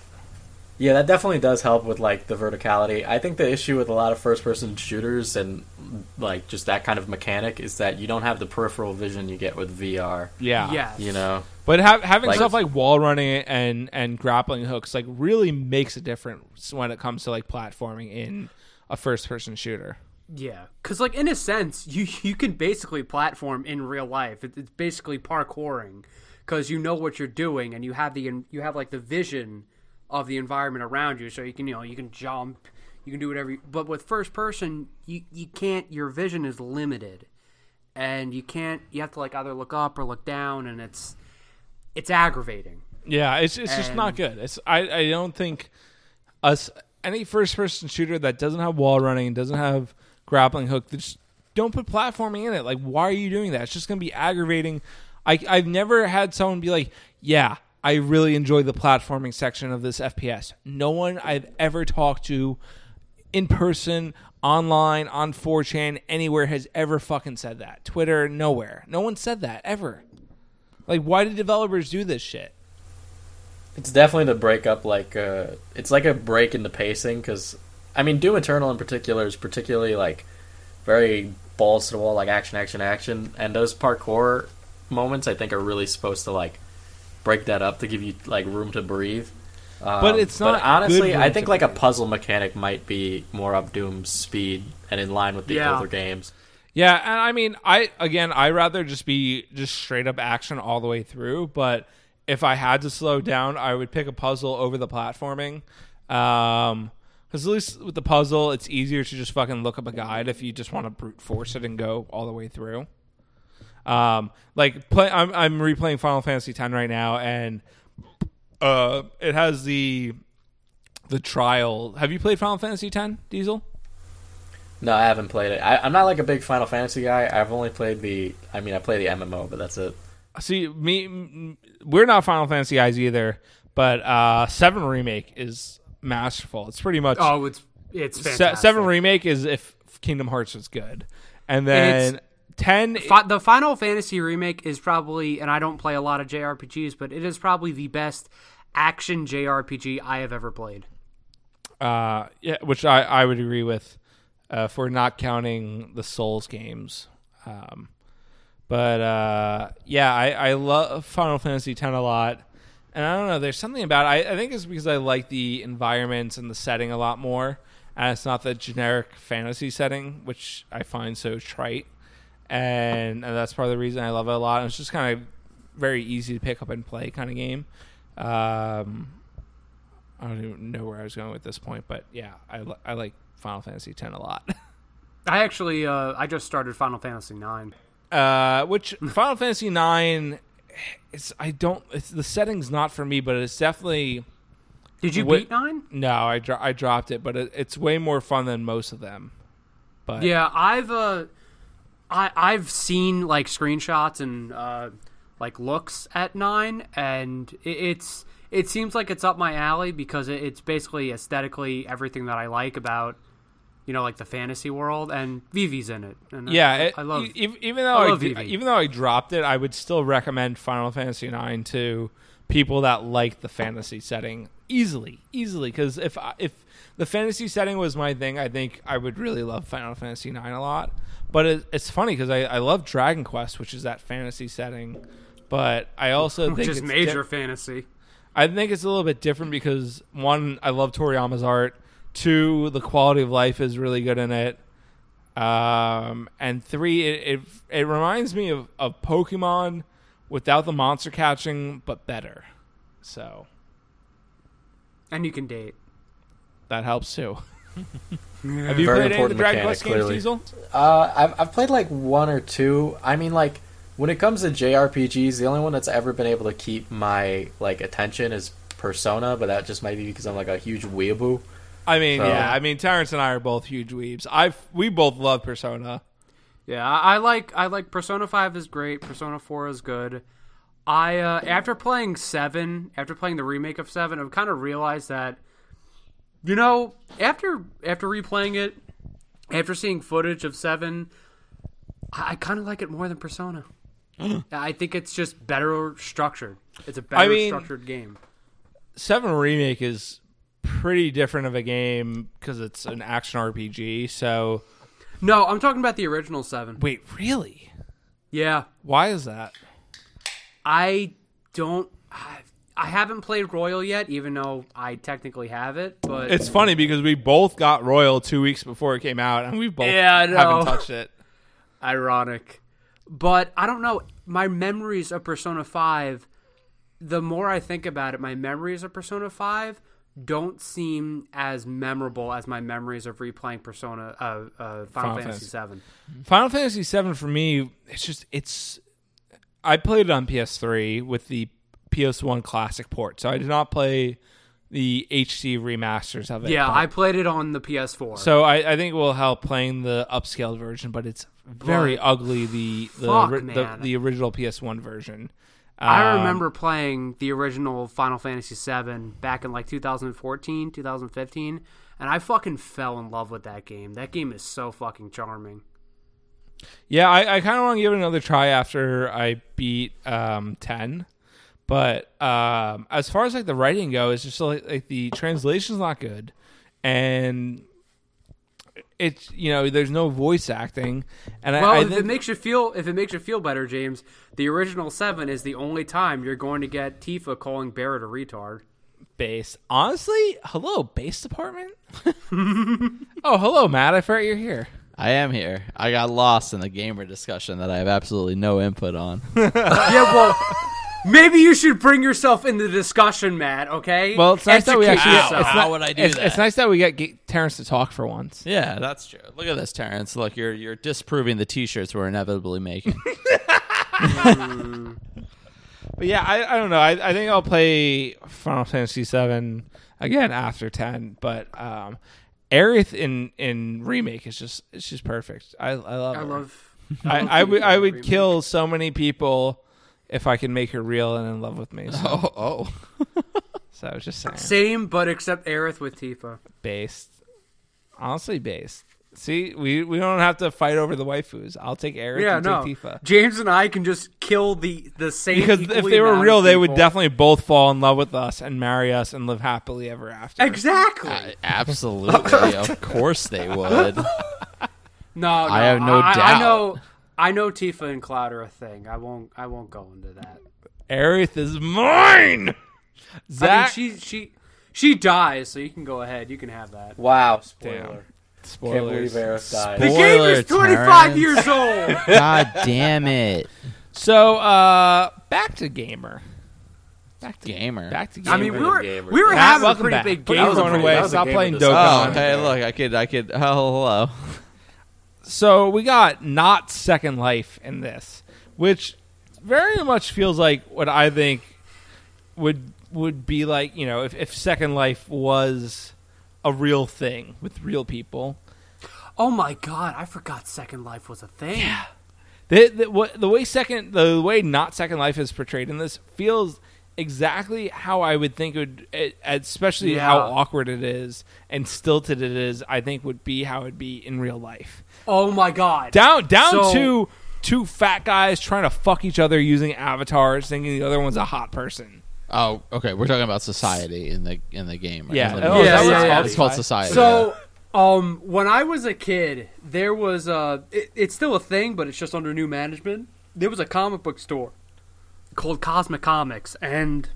Speaker 2: yeah, that definitely does help with like the verticality. I think the issue with a lot of first person shooters and like just that kind of mechanic is that you don't have the peripheral vision you get with VR.
Speaker 1: Yeah.
Speaker 3: yes.
Speaker 2: You know,
Speaker 1: But ha- having
Speaker 2: Like-
Speaker 1: stuff like wall running and and grappling hooks like really makes a difference when it comes to like platforming in a first person shooter.
Speaker 3: yeah, because like in a sense, you you can basically platform in real life. It, it's basically parkouring because you know what you're doing and you have the en- you have like the vision of the environment around you, so you can you know you can jump, you can do whatever. You, but with first person, you you can't. Your vision is limited. and you can't you have to like either look up or look down and it's it's aggravating
Speaker 1: Yeah, it's it's just not good. It's I, I don't think us any first person shooter that doesn't have wall running and doesn't have grappling hook, they just don't put platforming in it. Like why are you doing that? It's just gonna be aggravating. I I've never had someone be like, Yeah, I really enjoy the platforming section of this FPS. No one I've ever talked to in person, online, on 4chan, anywhere has ever fucking said that. Twitter, nowhere. No one said that ever. Like why do developers do this shit?
Speaker 2: It's definitely to break up like uh, it's like a break in the pacing because I mean Doom Eternal in particular is particularly like very balls to the wall like action action action and those parkour moments I think are really supposed to like break that up to give you like room to breathe. Um,
Speaker 1: But it's not
Speaker 2: But honestly,
Speaker 1: good
Speaker 2: I
Speaker 1: room
Speaker 2: think
Speaker 1: to
Speaker 2: like a
Speaker 1: breathe.
Speaker 2: puzzle mechanic might be more up Doom's speed and in line with the
Speaker 3: Yeah.
Speaker 2: older games.
Speaker 1: Yeah, and I mean, I again, I rather just be just straight up action all the way through. But if I had to slow down, I would pick a puzzle over the platforming. Um, because at least with the puzzle, it's easier to just fucking look up a guide if you just want to brute force it and go all the way through. Um, like play, I'm I'm replaying Final Fantasy X right now, and uh, it has the the trial. Have you played Final Fantasy X, Diesel?
Speaker 2: No, I haven't played it. I, I'm not like a big Final Fantasy guy. I've only played the. I mean, I play the MMO, but that's it.
Speaker 1: See, me, m- we're not Final Fantasy guys either, but uh, Seven remake is masterful. It's pretty much
Speaker 3: oh it's it's
Speaker 1: Se-
Speaker 3: fantastic.
Speaker 1: Seven remake is if Kingdom Hearts was good, and then ten.
Speaker 3: Fi- the final fantasy remake is probably and i don't play a lot of jrpgs but it is probably the best action jrpg i have ever played
Speaker 1: uh, yeah, which I I would agree with, uh, if we're not counting the Souls games. Um, but uh, yeah, I I love Final Fantasy X a lot. And I don't know, there's something about it. I, I think it's because I like the environments and the setting a lot more. And it's not the generic fantasy setting, which I find so trite. And, and that's part of the reason I love it a lot. And it's just kind of very easy to pick up and play kind of game. Um, I don't even know where I was going at this point, but yeah, I, li- I like Final Fantasy X a lot.
Speaker 3: i actually uh i just started final fantasy 9
Speaker 1: uh, which Final Fantasy Nine, it's I don't it's, the setting's not for me, but it's definitely
Speaker 3: Did you
Speaker 1: Wait-
Speaker 3: beat nine?
Speaker 1: No, I dro- I dropped it, but it, it's way more fun than most of them. But
Speaker 3: Yeah, I've uh, I I've seen like screenshots and uh, like looks at nine, and it, it's it seems like it's up my alley because it, it's basically aesthetically everything that I like about you know like the fantasy world, and Vivi's in it. And
Speaker 1: yeah,
Speaker 3: I,
Speaker 1: it,
Speaker 3: I love.
Speaker 1: e- ev- even though
Speaker 3: I
Speaker 1: I,
Speaker 3: love
Speaker 1: d-
Speaker 3: Vivi.
Speaker 1: even though I dropped it, I would still recommend Final Fantasy IX to people that like the fantasy setting easily, easily. Because if I, if the fantasy setting was my thing, I think I would really love Final Fantasy IX a lot. But it, it's funny because I, I love Dragon Quest, which is that fantasy setting. But I also think
Speaker 3: which is
Speaker 1: it's
Speaker 3: major
Speaker 1: di-
Speaker 3: fantasy.
Speaker 1: I think it's a little bit different because one, I love Toriyama's art. Two, the quality of life is really good in it. Um, and three, it, it it reminds me of, of Pokemon without the monster catching, but better. So
Speaker 3: And you can date.
Speaker 1: that helps too. Have you
Speaker 2: Very
Speaker 1: played any of the Dragon
Speaker 2: important mechanic,
Speaker 1: Quest games,
Speaker 2: clearly.
Speaker 1: Diesel?
Speaker 2: Uh, I've, I've played like one or two. I mean, like when it comes to JRPGs, the only one that's ever been able to keep my like attention is Persona, but that just might be because I'm like a huge weeaboo.
Speaker 1: I mean,
Speaker 2: So-
Speaker 1: yeah. I mean, Terrence and I are both huge weebs. I've we both love Persona.
Speaker 3: Yeah, I I like I like Persona Five is great. Persona Four is good. I uh, after playing Seven, after playing the remake of Seven, I've kind of realized that, you know, after after replaying it, after seeing footage of Seven, I, I kind of like it more than Persona. I think it's just better structured. It's a better
Speaker 1: I mean-
Speaker 3: structured game.
Speaker 1: Seven Remake is pretty different of a game because it's an action RPG. So
Speaker 3: No, I'm talking about the original Seven.
Speaker 1: wait, really?
Speaker 3: Yeah,
Speaker 1: Why is that?
Speaker 3: I don't. I, I haven't played Royal yet, even though I technically have it. But
Speaker 1: It's funny because we both got Royal two weeks before it came out, and we both
Speaker 3: Yeah, I know.
Speaker 1: haven't touched it.
Speaker 3: ironic. But I don't know. My memories of Persona 5, the more I think about it, my memories of Persona 5 don't seem as memorable as my memories of replaying Persona uh, uh, Final, Fantasy
Speaker 1: Fantasy.
Speaker 3: 7.
Speaker 1: Final Fantasy VII for me, it's just it's. I played it on PS3 with the PS1 Classic port, so I did not play the HD remasters of it.
Speaker 3: Yeah,
Speaker 1: but-
Speaker 3: I played it on the PS4.
Speaker 1: so I, I think it will help playing the upscaled version, but it's very ugly the the,
Speaker 3: Fuck,
Speaker 1: ri- the
Speaker 3: man.
Speaker 1: the original PS1 version.
Speaker 3: I
Speaker 1: Um,
Speaker 3: remember playing the original Final Fantasy VII back in like 2014, 2015, and I fucking fell in love with that game. That game is so fucking charming.
Speaker 1: Yeah, I, I kind of want to give it another try after I beat um, ten, but um, as far as like the writing goes, just like, like the translation's not good, and it's you know there's no voice acting, and
Speaker 3: Well,
Speaker 1: I, I
Speaker 3: if
Speaker 1: think
Speaker 3: it makes you feel if it makes you feel better, James, the original seven is the only time you're going to get Tifa calling Barrett a retard.
Speaker 1: base honestly, hello base department. oh, hello Matt, I forgot you're here.
Speaker 4: I am here. I got lost in the gamer discussion that I have absolutely no input on.
Speaker 3: yeah, well, maybe you should bring yourself into the discussion, Matt. Okay.
Speaker 1: Well, it's nice that we
Speaker 3: Educate
Speaker 1: actually
Speaker 4: Wow,
Speaker 1: get,
Speaker 3: yourself.
Speaker 1: it's
Speaker 4: how
Speaker 1: not-
Speaker 4: would I do
Speaker 1: it's,
Speaker 4: that?
Speaker 1: It's nice that we get, get Terrence to talk for once.
Speaker 4: yeah, that's true. Look at this, Terrence. Look, you're you're disproving the t-shirts we're inevitably making.
Speaker 1: But yeah, I, I don't know. I, I think I'll play Final Fantasy VII again after ten. But um, Aerith in in remake is just it's just perfect. I I love.
Speaker 3: I
Speaker 1: her.
Speaker 3: love.
Speaker 1: I,
Speaker 3: love
Speaker 1: I would
Speaker 3: Tifa
Speaker 1: I
Speaker 3: in
Speaker 1: would
Speaker 3: remake.
Speaker 1: kill so many people if I could make her real and in love with me. So,
Speaker 4: oh, oh.
Speaker 1: so I was just saying,
Speaker 3: Same, but except Aerith with Tifa.
Speaker 1: based. Honestly, based. See, we, we don't have to fight over the waifus. I'll take Aerith
Speaker 3: Yeah,
Speaker 1: and
Speaker 3: no.
Speaker 1: take Tifa.
Speaker 3: James and I can just kill the the same.
Speaker 1: Because if
Speaker 3: equally
Speaker 1: they were
Speaker 3: amount of
Speaker 1: real, they would
Speaker 3: people.
Speaker 1: definitely both fall in love with us and marry us and live happily ever after.
Speaker 3: Exactly.
Speaker 4: I- absolutely. of course they would.
Speaker 3: no,
Speaker 4: I have no
Speaker 3: I, I
Speaker 4: doubt.
Speaker 3: know. I know Tifa and Cloud are a thing. I won't. I won't go into that.
Speaker 1: Aerith is mine. Zach,
Speaker 3: I mean, she she she dies, so you can go ahead. You can have that.
Speaker 2: Wow,
Speaker 1: Damn.
Speaker 2: spoiler! Can't believe
Speaker 1: spoilers.
Speaker 2: Aerith died.
Speaker 3: The
Speaker 4: Spoil-
Speaker 3: game is
Speaker 4: Spoiler,
Speaker 3: 25
Speaker 4: Terrence.
Speaker 3: years old.
Speaker 4: God damn it,
Speaker 1: So, uh, back to gamer. Back to
Speaker 4: gamer.
Speaker 1: Back to gamer.
Speaker 3: I mean, we
Speaker 2: Gamer,
Speaker 3: were
Speaker 2: gamer.
Speaker 3: we were
Speaker 1: Matt,
Speaker 3: having a
Speaker 1: welcome
Speaker 3: pretty
Speaker 1: back.
Speaker 3: big
Speaker 1: Put
Speaker 3: game.
Speaker 1: your
Speaker 2: was a
Speaker 1: phone
Speaker 2: pretty-
Speaker 1: away.
Speaker 2: that was a
Speaker 1: Stop
Speaker 2: gamer
Speaker 1: playing
Speaker 2: discussion.
Speaker 1: Dokkan.
Speaker 4: oh, hey, look, I could, I could. Oh, hello.
Speaker 1: So we got not Second Life in this, which very much feels like what I think would would be like you know if, if Second Life was a real thing with real people.
Speaker 3: Oh my god, I forgot Second Life was a thing. Yeah.
Speaker 1: The, the, what, the way second the way not Second Life is portrayed in this feels exactly how I would think it would, it, especially
Speaker 3: Yeah.
Speaker 1: how awkward it is and stilted it is. I think would be how it'd be in real life.
Speaker 3: Oh my god.
Speaker 1: Down down
Speaker 3: So-
Speaker 1: to two fat guys trying to fuck each other using avatars, thinking the other one's a hot person.
Speaker 4: Oh, okay. We're talking about society in the in the game. Right?
Speaker 1: Yeah.
Speaker 4: Like,
Speaker 1: Oh,
Speaker 4: it's
Speaker 3: yeah,
Speaker 4: called-
Speaker 3: yeah, yeah.
Speaker 4: It's called society.
Speaker 3: So, um, when I was a kid, there was a. It, it's still a thing, but it's just under new management. There was a comic book store called Cosmic Comics, and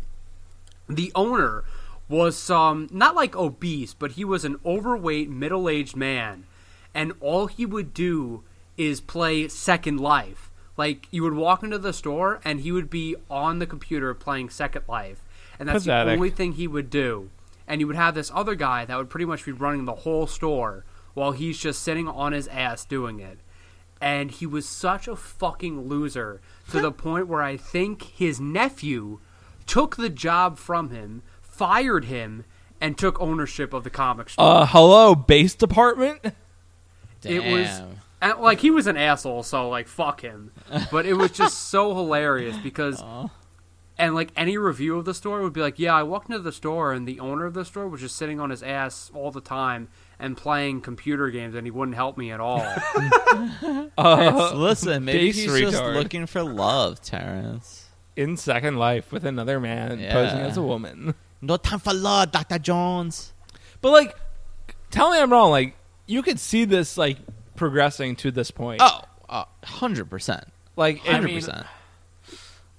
Speaker 3: the owner was some not like obese, but he was an overweight middle-aged man, and all he would do is play Second Life. Like you would walk into the store, and he would be on the computer playing Second Life, and that's the
Speaker 1: Pathetic.
Speaker 3: only thing he would do. And you would have this other guy that would pretty much be running the whole store while he's just sitting on his ass doing it. And he was such a fucking loser to the point where I think his nephew took the job from him, fired him, and took ownership of the comic store.
Speaker 1: Uh, hello, base department.
Speaker 4: Damn.
Speaker 3: It was and, like he was an asshole, so like fuck him. But it was just so hilarious because, and like any review of the store would be like, yeah, I walked into the store and the owner of the store was just sitting on his ass all the time and playing computer games, and he wouldn't help me at all.
Speaker 1: Uh,
Speaker 4: Listen, maybe
Speaker 1: Base
Speaker 4: he's just
Speaker 1: retard.
Speaker 4: looking for love, Terrence.
Speaker 1: in Second Life with another man
Speaker 4: Yeah.
Speaker 1: posing as a woman.
Speaker 4: No time for love, Doctor Jones.
Speaker 1: But like, tell me I'm wrong. Like, you could see this like progressing to this point.
Speaker 4: Oh, hundred percent,
Speaker 1: like it-
Speaker 2: I
Speaker 4: hundred
Speaker 2: mean,
Speaker 4: percent.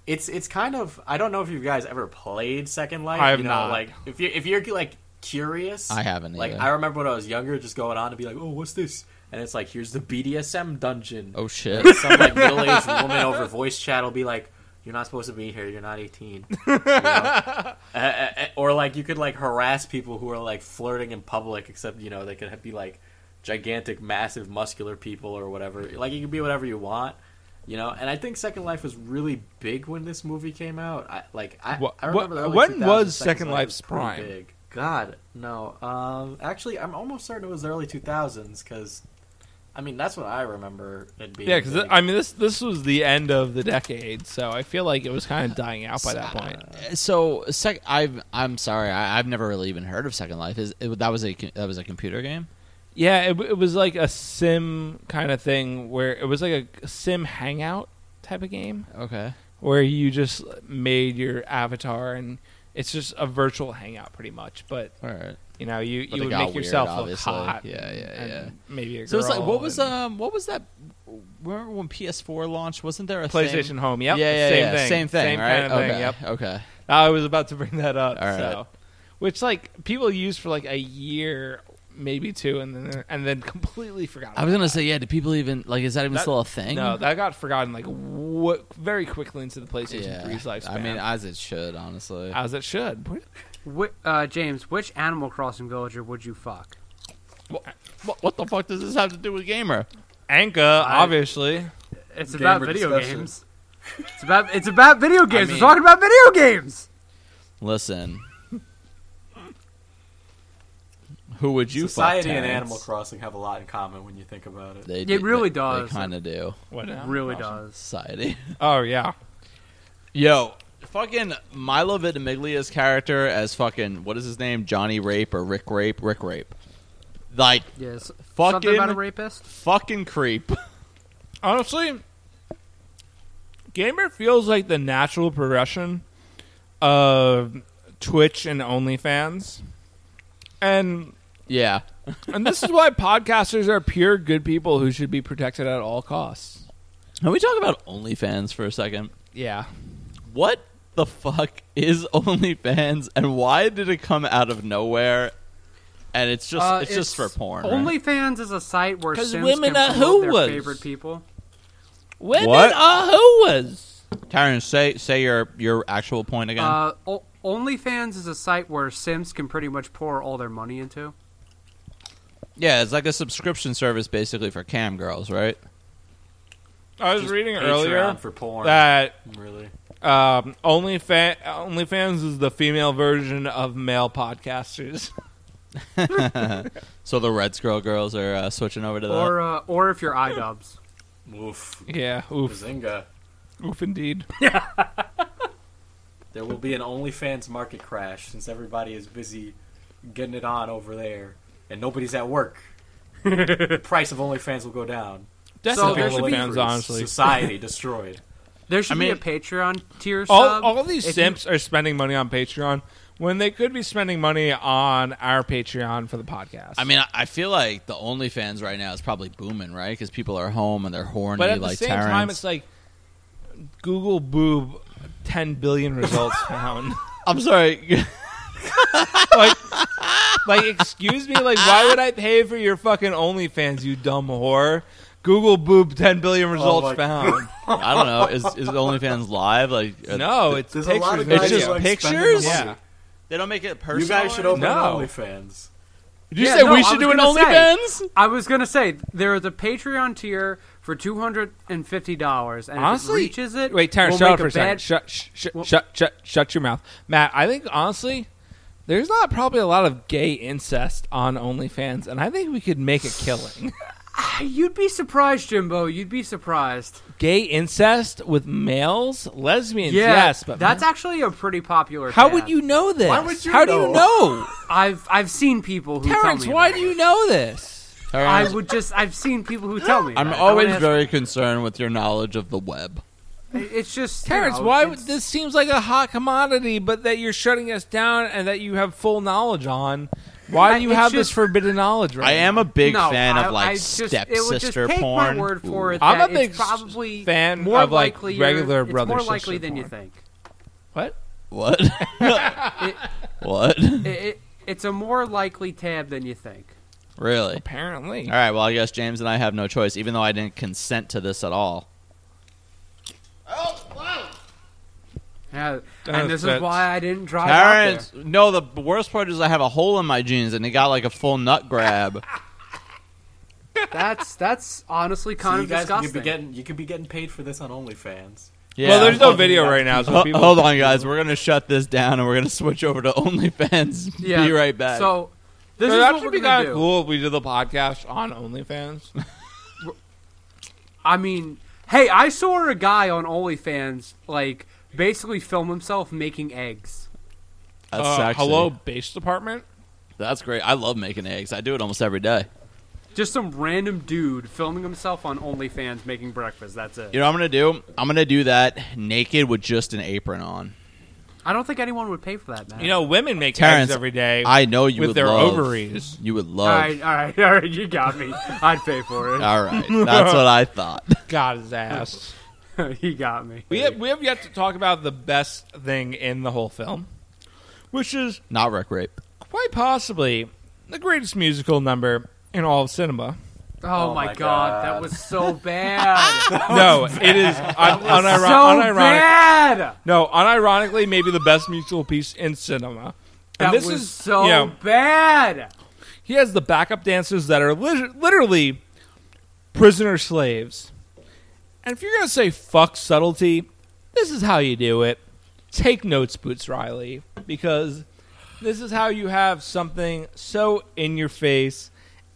Speaker 2: It's it's kind of I don't know if you guys ever played Second Life.
Speaker 1: I have
Speaker 2: you know,
Speaker 1: not.
Speaker 2: Like if you if you're like curious,
Speaker 4: I haven't
Speaker 2: Like
Speaker 4: either.
Speaker 2: I remember when I was younger, just going on to be like, oh, what's this? And it's like here's the BDSM dungeon.
Speaker 4: Oh shit.
Speaker 2: Some like middle aged woman over voice chat will be like, you're not supposed to be here. You're not 18. You know? Uh, uh, uh, or like you could like harass people who are like flirting in public, except you know they could be like gigantic, massive, muscular people or whatever. Like you can be whatever you want. You know, and I think Second Life was really big when this movie came out. I, like, I,
Speaker 1: Wha-
Speaker 2: I remember
Speaker 1: wha-
Speaker 2: the early
Speaker 1: when
Speaker 2: 2000s,
Speaker 1: was Second
Speaker 2: Second Life
Speaker 1: Life's
Speaker 2: was pretty
Speaker 1: prime?
Speaker 2: Big. God, no. Um, actually, I'm almost certain it was the early 2000s because, I mean, that's what I remember it being.
Speaker 1: yeah, because
Speaker 2: big.
Speaker 1: I mean this this was the end of the decade, so I feel like it was kind of dying out by that point.
Speaker 4: uh, so sec- I've, I'm sorry, I, I've never really even heard of Second Life. Is it, that was a co- that was a computer game?
Speaker 1: Yeah, it, w- it was like a sim kind of thing where it was like a sim hangout type of game
Speaker 4: Okay.
Speaker 1: where you just made your avatar and it's just a virtual hangout pretty much. But
Speaker 4: All right.
Speaker 1: you know, you
Speaker 4: But
Speaker 1: you
Speaker 4: it
Speaker 1: would
Speaker 4: got
Speaker 1: make yourself
Speaker 4: weird,
Speaker 1: look
Speaker 4: obviously.
Speaker 1: hot.
Speaker 4: Yeah, yeah,
Speaker 1: and
Speaker 4: yeah.
Speaker 1: Maybe a
Speaker 4: So it's like
Speaker 1: girl
Speaker 4: what was
Speaker 1: and-
Speaker 4: um what was that? Remember when PS4 launched? Wasn't there a thing-
Speaker 1: PlayStation Home. Yep.
Speaker 4: Yeah, yeah,
Speaker 1: same
Speaker 4: yeah,
Speaker 1: thing.
Speaker 4: Same thing. right?
Speaker 1: kind of
Speaker 4: okay.
Speaker 1: thing. Yep.
Speaker 4: Okay.
Speaker 1: I was about to bring that up.
Speaker 4: All right.
Speaker 1: So, which like people used for like a year, maybe two, and then and then completely forgot.
Speaker 4: I was gonna say, yeah. Do people even like? Is that even
Speaker 1: That-
Speaker 4: still a thing?
Speaker 1: no, that got forgotten like w- very quickly into the PlayStation
Speaker 4: yeah.
Speaker 1: 3's lifespan.
Speaker 4: I mean, as it should, honestly.
Speaker 1: as it should.
Speaker 3: Wh- uh, James, which Animal Crossing villager would you fuck?
Speaker 4: what, what the fuck does this have to do with gamer?
Speaker 1: Anka, obviously.
Speaker 3: It's
Speaker 2: Gamer
Speaker 3: about video
Speaker 2: discussion.
Speaker 3: games. It's about it's about video games.
Speaker 4: mean-
Speaker 3: We're talking about video games.
Speaker 4: Listen. Who would you
Speaker 2: Society
Speaker 4: fuck,
Speaker 2: and
Speaker 4: Terrence?
Speaker 2: Animal Crossing have a lot in common when you think about it.
Speaker 4: They,
Speaker 3: It
Speaker 4: do-
Speaker 3: really
Speaker 4: they-
Speaker 3: does.
Speaker 4: They kind of do.
Speaker 1: What now?
Speaker 3: really does.
Speaker 4: Society.
Speaker 1: Oh yeah.
Speaker 4: Yo, fucking Milo Vitimiglia's character as fucking what is his name? Johnny Rape or Rick Rape? Rick Rape. Like
Speaker 3: Yes. Something about a
Speaker 4: fucking
Speaker 3: rapist.
Speaker 4: fucking creep.
Speaker 1: Honestly, gamer feels like the natural progression of Twitch and OnlyFans, and
Speaker 4: Yeah.
Speaker 1: and this is why podcasters are pure good people who should be protected at all costs.
Speaker 4: Can we talk about OnlyFans for a second?
Speaker 1: Yeah.
Speaker 4: What the fuck is OnlyFans and why did it come out of nowhere? And it's just
Speaker 3: Uh,
Speaker 4: it's, just for porn. right?
Speaker 3: OnlyFans is a site where
Speaker 1: 'Cause
Speaker 3: Sims
Speaker 1: women
Speaker 3: can
Speaker 1: are
Speaker 3: promote their
Speaker 1: whores.
Speaker 3: favorite people.
Speaker 1: Women
Speaker 4: What?
Speaker 1: are whoas.
Speaker 4: Terrence, say say your your actual point again.
Speaker 3: Uh, o- OnlyFans is a site where Sims can pretty much pour all their money into.
Speaker 4: yeah, it's like a subscription service basically for cam girls, right?
Speaker 1: I was
Speaker 2: Just
Speaker 1: reading
Speaker 2: Patreon
Speaker 1: earlier
Speaker 2: for porn.
Speaker 1: that
Speaker 2: really,
Speaker 1: Um, only fan, OnlyFans is the female version of male podcasters.
Speaker 4: so the Red Scroll girls are uh, switching over to that.
Speaker 3: Or uh, or if you're iDubbbz.
Speaker 2: Oof.
Speaker 1: yeah, oof,
Speaker 2: Bazinga.
Speaker 1: oof, indeed.
Speaker 2: There will be an OnlyFans market crash since everybody is busy getting it on over there and nobody's at work. the price of OnlyFans will go down.
Speaker 3: So
Speaker 1: Definitely
Speaker 3: there should be-
Speaker 1: OnlyFans, honestly.
Speaker 2: Society destroyed.
Speaker 3: There should
Speaker 4: I
Speaker 3: be
Speaker 4: mean-
Speaker 3: a Patreon tier
Speaker 1: all,
Speaker 3: sub.
Speaker 1: all these
Speaker 3: Um, If you-
Speaker 1: simps are spending money on Patreon when they could be spending money on our Patreon for the podcast.
Speaker 4: I mean, I- I feel like the OnlyFans right now is probably booming, right? Because people are home and they're horny.
Speaker 1: but at
Speaker 4: like
Speaker 1: the same
Speaker 4: Terrence.
Speaker 1: time, it's like Google boob, ten billion results found.
Speaker 4: I'm sorry.
Speaker 1: like, like, excuse me, like, why would I pay for your fucking OnlyFans, you dumb whore? Google boob, ten
Speaker 3: Oh
Speaker 1: billion results
Speaker 2: my-
Speaker 1: found.
Speaker 4: I don't know. Is is OnlyFans live? Like uh,
Speaker 1: no, it's
Speaker 2: There's
Speaker 1: pictures.
Speaker 2: a lot of
Speaker 1: and
Speaker 2: guys
Speaker 4: guys It's
Speaker 1: video.
Speaker 4: just who, like,
Speaker 1: pictures.
Speaker 2: Yeah.
Speaker 4: They don't make it personal.
Speaker 2: You guys should
Speaker 4: or
Speaker 2: open
Speaker 4: anything?
Speaker 1: No.
Speaker 2: an OnlyFans.
Speaker 1: Did you
Speaker 3: Yeah,
Speaker 1: say
Speaker 3: no, I
Speaker 1: we should
Speaker 3: was
Speaker 1: do an
Speaker 3: gonna say.
Speaker 1: OnlyFans?
Speaker 3: I was gonna say there is a Patreon tier for two hundred and fifty dollars, and
Speaker 1: honestly,
Speaker 3: if it reaches it,
Speaker 1: Wait, Terrence,
Speaker 3: we'll
Speaker 1: shut up
Speaker 3: make
Speaker 1: for a second.
Speaker 3: bad-
Speaker 1: shut, sh- sh-
Speaker 3: Well-
Speaker 1: shut, shut, shut your mouth, Matt. I think honestly, there's not probably a lot of gay incest on OnlyFans, and I think we could make a killing.
Speaker 3: You'd be surprised, Jimbo. You'd be surprised.
Speaker 1: gay incest with males, lesbians,
Speaker 3: Yeah,
Speaker 1: yes, but
Speaker 3: that's
Speaker 1: ma-
Speaker 3: actually a pretty popular.
Speaker 1: how
Speaker 3: fad.
Speaker 1: would you know this?
Speaker 2: Why would you
Speaker 1: how do
Speaker 2: know?
Speaker 1: you know,
Speaker 3: I've I've seen people who
Speaker 1: Terrence?
Speaker 3: Tell me
Speaker 1: Why
Speaker 3: about
Speaker 1: do you know this?
Speaker 3: it.
Speaker 4: Terrence,
Speaker 3: I would just I've seen people who tell me.
Speaker 4: I'm
Speaker 3: about it.
Speaker 4: always
Speaker 3: I don't
Speaker 4: very concerned with your knowledge of the web.
Speaker 3: ask- It's just you
Speaker 1: Terrence,
Speaker 3: know,
Speaker 1: why would
Speaker 3: it's-
Speaker 1: this seems like a hot commodity, but that you're shutting us down and that you have full knowledge on? Why
Speaker 3: I-
Speaker 1: do you
Speaker 3: it's
Speaker 1: have this
Speaker 3: just-
Speaker 1: forbidden knowledge? Right
Speaker 4: I am a big
Speaker 3: no,
Speaker 4: fan
Speaker 3: I-
Speaker 4: of like
Speaker 3: I just, it would just
Speaker 4: stepsister
Speaker 3: take
Speaker 4: porn.
Speaker 3: My word for it.
Speaker 1: I'm
Speaker 3: that
Speaker 1: a big
Speaker 3: it's probably
Speaker 1: fan
Speaker 3: more
Speaker 1: of, like,
Speaker 3: likely
Speaker 1: regular
Speaker 3: it's
Speaker 1: brother
Speaker 3: more
Speaker 1: sister
Speaker 3: likely than you
Speaker 1: porn.
Speaker 3: think.
Speaker 1: What?
Speaker 4: What?
Speaker 3: It,
Speaker 4: what?
Speaker 3: it, it, it's a more likely tab than you think.
Speaker 4: Really?
Speaker 1: Apparently,
Speaker 4: All right. Well, I guess James and I have no choice, even though I didn't consent to this at all.
Speaker 3: Yeah,
Speaker 1: That's-
Speaker 3: and this is
Speaker 1: that's-
Speaker 3: why I didn't drive out there.
Speaker 4: Terrence, no. The b- worst part is I have a hole in my jeans, and it got like a full nut grab.
Speaker 3: That's that's honestly kind
Speaker 2: you
Speaker 3: of
Speaker 2: guys
Speaker 3: disgusting.
Speaker 2: could be getting you could be getting paid for this on OnlyFans.
Speaker 4: Yeah.
Speaker 1: Well, there's no
Speaker 2: Fucking
Speaker 1: video
Speaker 2: yeah.
Speaker 1: right now, so
Speaker 4: Ho-
Speaker 1: people.
Speaker 4: hold on, guys. We're gonna shut this down, and we're gonna switch over to OnlyFans.
Speaker 3: yeah.
Speaker 4: Be right back.
Speaker 3: So this
Speaker 1: So
Speaker 3: is
Speaker 1: that
Speaker 3: what
Speaker 1: would
Speaker 3: we're
Speaker 1: be
Speaker 3: gonna
Speaker 1: kind
Speaker 3: do.
Speaker 1: of cool if we did the podcast on OnlyFans.
Speaker 3: I mean, hey, I saw a guy on OnlyFans like basically film himself making eggs.
Speaker 4: That's
Speaker 1: Uh,
Speaker 4: sexy.
Speaker 1: hello, base department.
Speaker 4: That's great. I love making eggs. I do it almost every day.
Speaker 3: Just some random dude filming himself on OnlyFans making breakfast. That's it.
Speaker 4: You know what I'm gonna do? I'm gonna do that naked with just an apron on.
Speaker 3: I don't think anyone would pay for that, man.
Speaker 1: You know, women make
Speaker 4: Terrence,
Speaker 1: eggs every day.
Speaker 4: I know you
Speaker 1: with
Speaker 4: would
Speaker 1: their
Speaker 4: love-
Speaker 1: ovaries.
Speaker 4: You would
Speaker 3: all
Speaker 4: love.
Speaker 3: right, all right, all right. You got me. I'd pay for it.
Speaker 4: All right. That's what I thought.
Speaker 1: got his ass.
Speaker 3: he got me.
Speaker 1: Uh, we have, we have yet to talk about the best thing in the whole film, which is
Speaker 4: Not wreck rape.
Speaker 1: quite possibly the greatest musical number in all of cinema.
Speaker 3: Oh,
Speaker 2: Oh
Speaker 3: my
Speaker 2: my
Speaker 3: god,
Speaker 2: God.
Speaker 3: that was so bad.
Speaker 1: no, it is un-
Speaker 3: so
Speaker 1: unironic. unironic
Speaker 3: bad.
Speaker 1: no, unironically, maybe the best musical piece in cinema.
Speaker 3: That
Speaker 1: and this
Speaker 3: was
Speaker 1: is
Speaker 3: so
Speaker 1: you know,
Speaker 3: bad.
Speaker 1: he has the backup dancers that are lit- literally prisoner slaves. And if you're going to say fuck subtlety, this is how you do it. Take notes, Boots Riley, because this is how you have something so in your face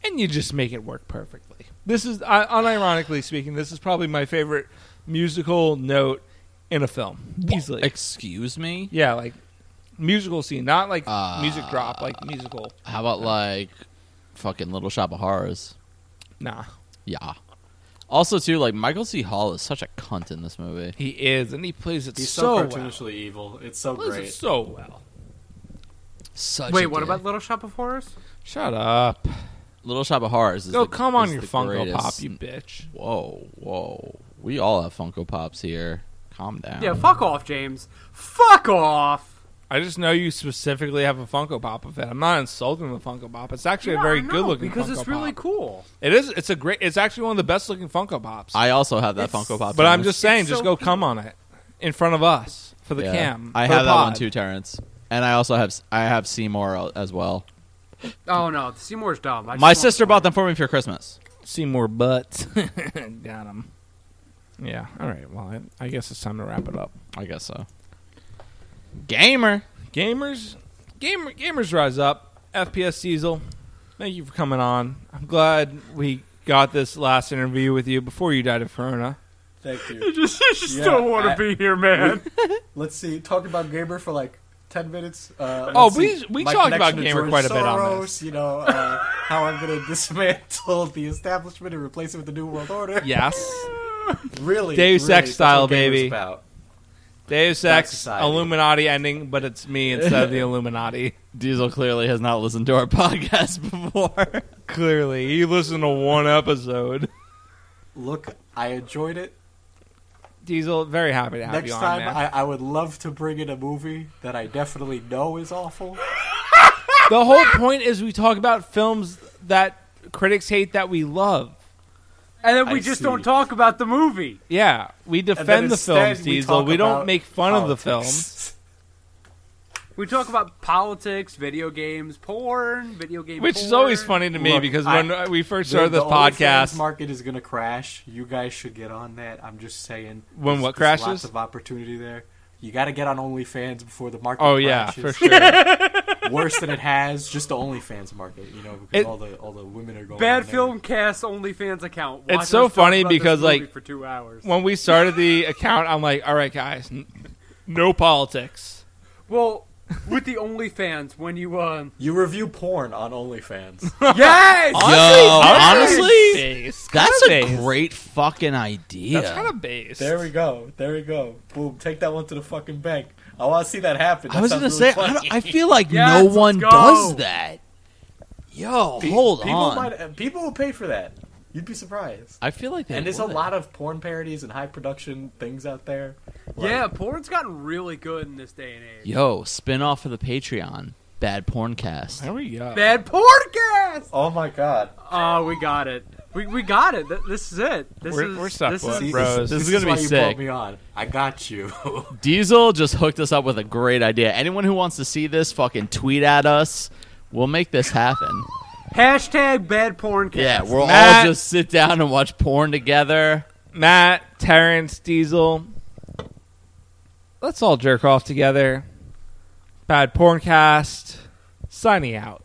Speaker 1: and you just make it work perfectly. This is, uh, unironically speaking, this is probably my favorite musical note in a film. Easily.
Speaker 4: Excuse me.
Speaker 1: yeah, like musical scene, not like music drop, like musical.
Speaker 4: How about like fucking Little Shop of Horrors?
Speaker 1: Nah.
Speaker 4: Yeah. Also, too, like Michael C. Hall is such a cunt in this movie.
Speaker 1: He is, and he plays it
Speaker 2: He's
Speaker 1: so
Speaker 2: so,
Speaker 1: well.
Speaker 2: cartoonishly evil. It's so
Speaker 1: Plays
Speaker 2: great.
Speaker 1: it so well.
Speaker 4: Such.
Speaker 3: Wait,
Speaker 4: a
Speaker 3: what
Speaker 4: dick.
Speaker 3: about Little Shop of Horrors?
Speaker 1: Shut up.
Speaker 4: Little Shop of Horrors? Is
Speaker 1: Go
Speaker 4: the-
Speaker 1: come on
Speaker 4: is
Speaker 1: your
Speaker 4: the
Speaker 1: Funko
Speaker 4: greatest-
Speaker 1: Pop, you bitch.
Speaker 4: Whoa, whoa. We all have Funko Pops here. Calm down.
Speaker 3: Yeah, fuck off, James. Fuck off.
Speaker 1: I just know you specifically have a Funko Pop of it. I'm not insulting the Funko Pop. It's actually a
Speaker 3: No,
Speaker 1: very
Speaker 3: no,
Speaker 1: good looking
Speaker 3: because
Speaker 1: Funko
Speaker 3: it's really
Speaker 1: Pop.
Speaker 3: cool.
Speaker 1: It is. It's a great. It's actually one of the best looking Funko Pops.
Speaker 4: I also have that
Speaker 3: It's-
Speaker 4: Funko Pop.
Speaker 1: but I'm
Speaker 4: Terrence.
Speaker 1: just saying,
Speaker 3: It's
Speaker 1: just
Speaker 3: so
Speaker 1: go
Speaker 3: cute.
Speaker 1: come on it in front of us for the
Speaker 4: Yeah.
Speaker 1: cam.
Speaker 4: I
Speaker 1: for the
Speaker 4: have that one
Speaker 1: pod.
Speaker 4: too, Terrence. And I also have I have Seymour al- as well.
Speaker 3: Oh no, Seymour's dumb. I just
Speaker 4: My
Speaker 3: want-
Speaker 4: sister bought them for me for Christmas.
Speaker 1: Seymour Butts. Got him. Yeah. All right. Well, I, I guess it's time to wrap it up.
Speaker 4: I guess so. Gamer.
Speaker 1: Gamers, gamer, gamers rise up. FPS Diesel, thank you for coming on. I'm glad we got this last interview with you before you died of corona.
Speaker 2: Thank you.
Speaker 3: just, I just
Speaker 2: Yeah,
Speaker 3: don't want
Speaker 2: I-
Speaker 3: to be here, man.
Speaker 2: Let's see. Talk about Gamer for like ten minutes. Uh,
Speaker 1: Oh,
Speaker 2: let's
Speaker 1: we-
Speaker 2: see,
Speaker 1: we
Speaker 2: my
Speaker 1: talked about
Speaker 2: connection to
Speaker 1: Gamer
Speaker 2: George
Speaker 1: quite a bit on
Speaker 2: Soros,
Speaker 1: this.
Speaker 2: You know uh, how I'm going to dismantle the establishment and replace it with the new world order.
Speaker 1: Yes.
Speaker 2: really.
Speaker 1: Deus
Speaker 2: really,
Speaker 1: Ex
Speaker 2: that's
Speaker 1: style,
Speaker 2: what Gamer's
Speaker 1: baby.
Speaker 2: About.
Speaker 1: Deus
Speaker 2: Dark
Speaker 1: Ex,
Speaker 2: Society.
Speaker 1: Illuminati ending, but it's me instead of the Illuminati.
Speaker 4: Diesel clearly has not listened to our podcast before.
Speaker 1: Clearly, he listened to one episode.
Speaker 2: Look, I enjoyed it.
Speaker 1: Diesel, very happy to have
Speaker 2: Next
Speaker 1: you on,
Speaker 2: time,
Speaker 1: man.
Speaker 2: I, I would love to bring in a movie that I definitely know is awful.
Speaker 1: the whole point is we talk about films that critics hate that we love.
Speaker 3: And then
Speaker 2: I
Speaker 3: we just
Speaker 2: see.
Speaker 3: don't talk about the movie.
Speaker 1: Yeah, we
Speaker 2: And then
Speaker 1: defend the
Speaker 2: instead
Speaker 1: films,
Speaker 2: we
Speaker 1: Diesel.
Speaker 2: talk
Speaker 1: We don't
Speaker 2: about
Speaker 1: make fun of the films.
Speaker 2: politics.
Speaker 3: We talk about politics, video games, porn, video game,
Speaker 1: Which
Speaker 3: porn.
Speaker 1: is always funny to me
Speaker 2: Look,
Speaker 1: because
Speaker 2: I-
Speaker 1: when we first
Speaker 2: The-
Speaker 1: started this
Speaker 2: the OnlyFans
Speaker 1: podcast,
Speaker 2: market is going to crash. You guys should get on that. I'm just saying.
Speaker 1: When
Speaker 2: There's-
Speaker 1: what
Speaker 2: there's
Speaker 1: crashes?
Speaker 2: Lots of opportunity there. You got to get on OnlyFans before the market.
Speaker 1: oh yeah,
Speaker 2: crashes.
Speaker 1: for sure.
Speaker 2: Worse than it has, just the OnlyFans market. You know, because
Speaker 1: It-
Speaker 2: all the all the women are going. on
Speaker 3: Bad
Speaker 2: there.
Speaker 3: film cast OnlyFans account.
Speaker 1: It's
Speaker 3: Watch
Speaker 1: so
Speaker 3: us talk
Speaker 1: funny
Speaker 3: about this
Speaker 1: because,
Speaker 3: movie
Speaker 1: like,
Speaker 3: for two hours.
Speaker 1: when we started the account, I'm like, all right, guys, n- no politics.
Speaker 3: Well, with the OnlyFans, when you um,
Speaker 2: You review porn on OnlyFans.
Speaker 3: yes,
Speaker 4: Yo,
Speaker 1: that's
Speaker 4: Oh. honestly,
Speaker 1: base.
Speaker 4: That's
Speaker 1: Kinda
Speaker 4: a
Speaker 1: base.
Speaker 4: great fucking idea.
Speaker 1: That's kind of base.
Speaker 2: there we go. There we go. Boom. Take that one to the fucking bank. I want to see that happen.
Speaker 4: I was
Speaker 2: going
Speaker 4: gonna
Speaker 2: to
Speaker 4: say, I, don't- I feel like
Speaker 3: Yes,
Speaker 4: no
Speaker 3: let's
Speaker 4: one
Speaker 3: go.
Speaker 4: does that. Yo, hold
Speaker 2: people
Speaker 4: on.
Speaker 2: Might, uh, people will pay for that. You'd be surprised.
Speaker 4: I feel like they
Speaker 2: And there's a
Speaker 4: would.
Speaker 2: lot of porn parodies and high production things out there. Like,
Speaker 3: yeah, porn's gotten really good in this day and age.
Speaker 4: Yo, spin off of the Patreon, Bad Porncast.
Speaker 1: There we go.
Speaker 3: Bad porncast.
Speaker 2: Oh my god.
Speaker 3: Oh, we got it. We, we got it. Th- This is it. This
Speaker 1: We're-
Speaker 3: is
Speaker 1: we're stuck
Speaker 3: this
Speaker 1: with
Speaker 3: is
Speaker 1: it, bro. Bros,
Speaker 4: this is gonna
Speaker 2: why
Speaker 4: be
Speaker 2: you
Speaker 4: sick.
Speaker 2: brought me on. I got you.
Speaker 4: Diesel just hooked us up with a great idea. Anyone who wants to see this, fucking tweet at us. We'll make this happen.
Speaker 3: hashtag bad porncast.
Speaker 4: Yeah, we'll
Speaker 1: Matt.
Speaker 4: all just sit down and watch porn together.
Speaker 1: Matt, Terrence, Diesel. Let's all jerk off together. Bad porncast. Signing out.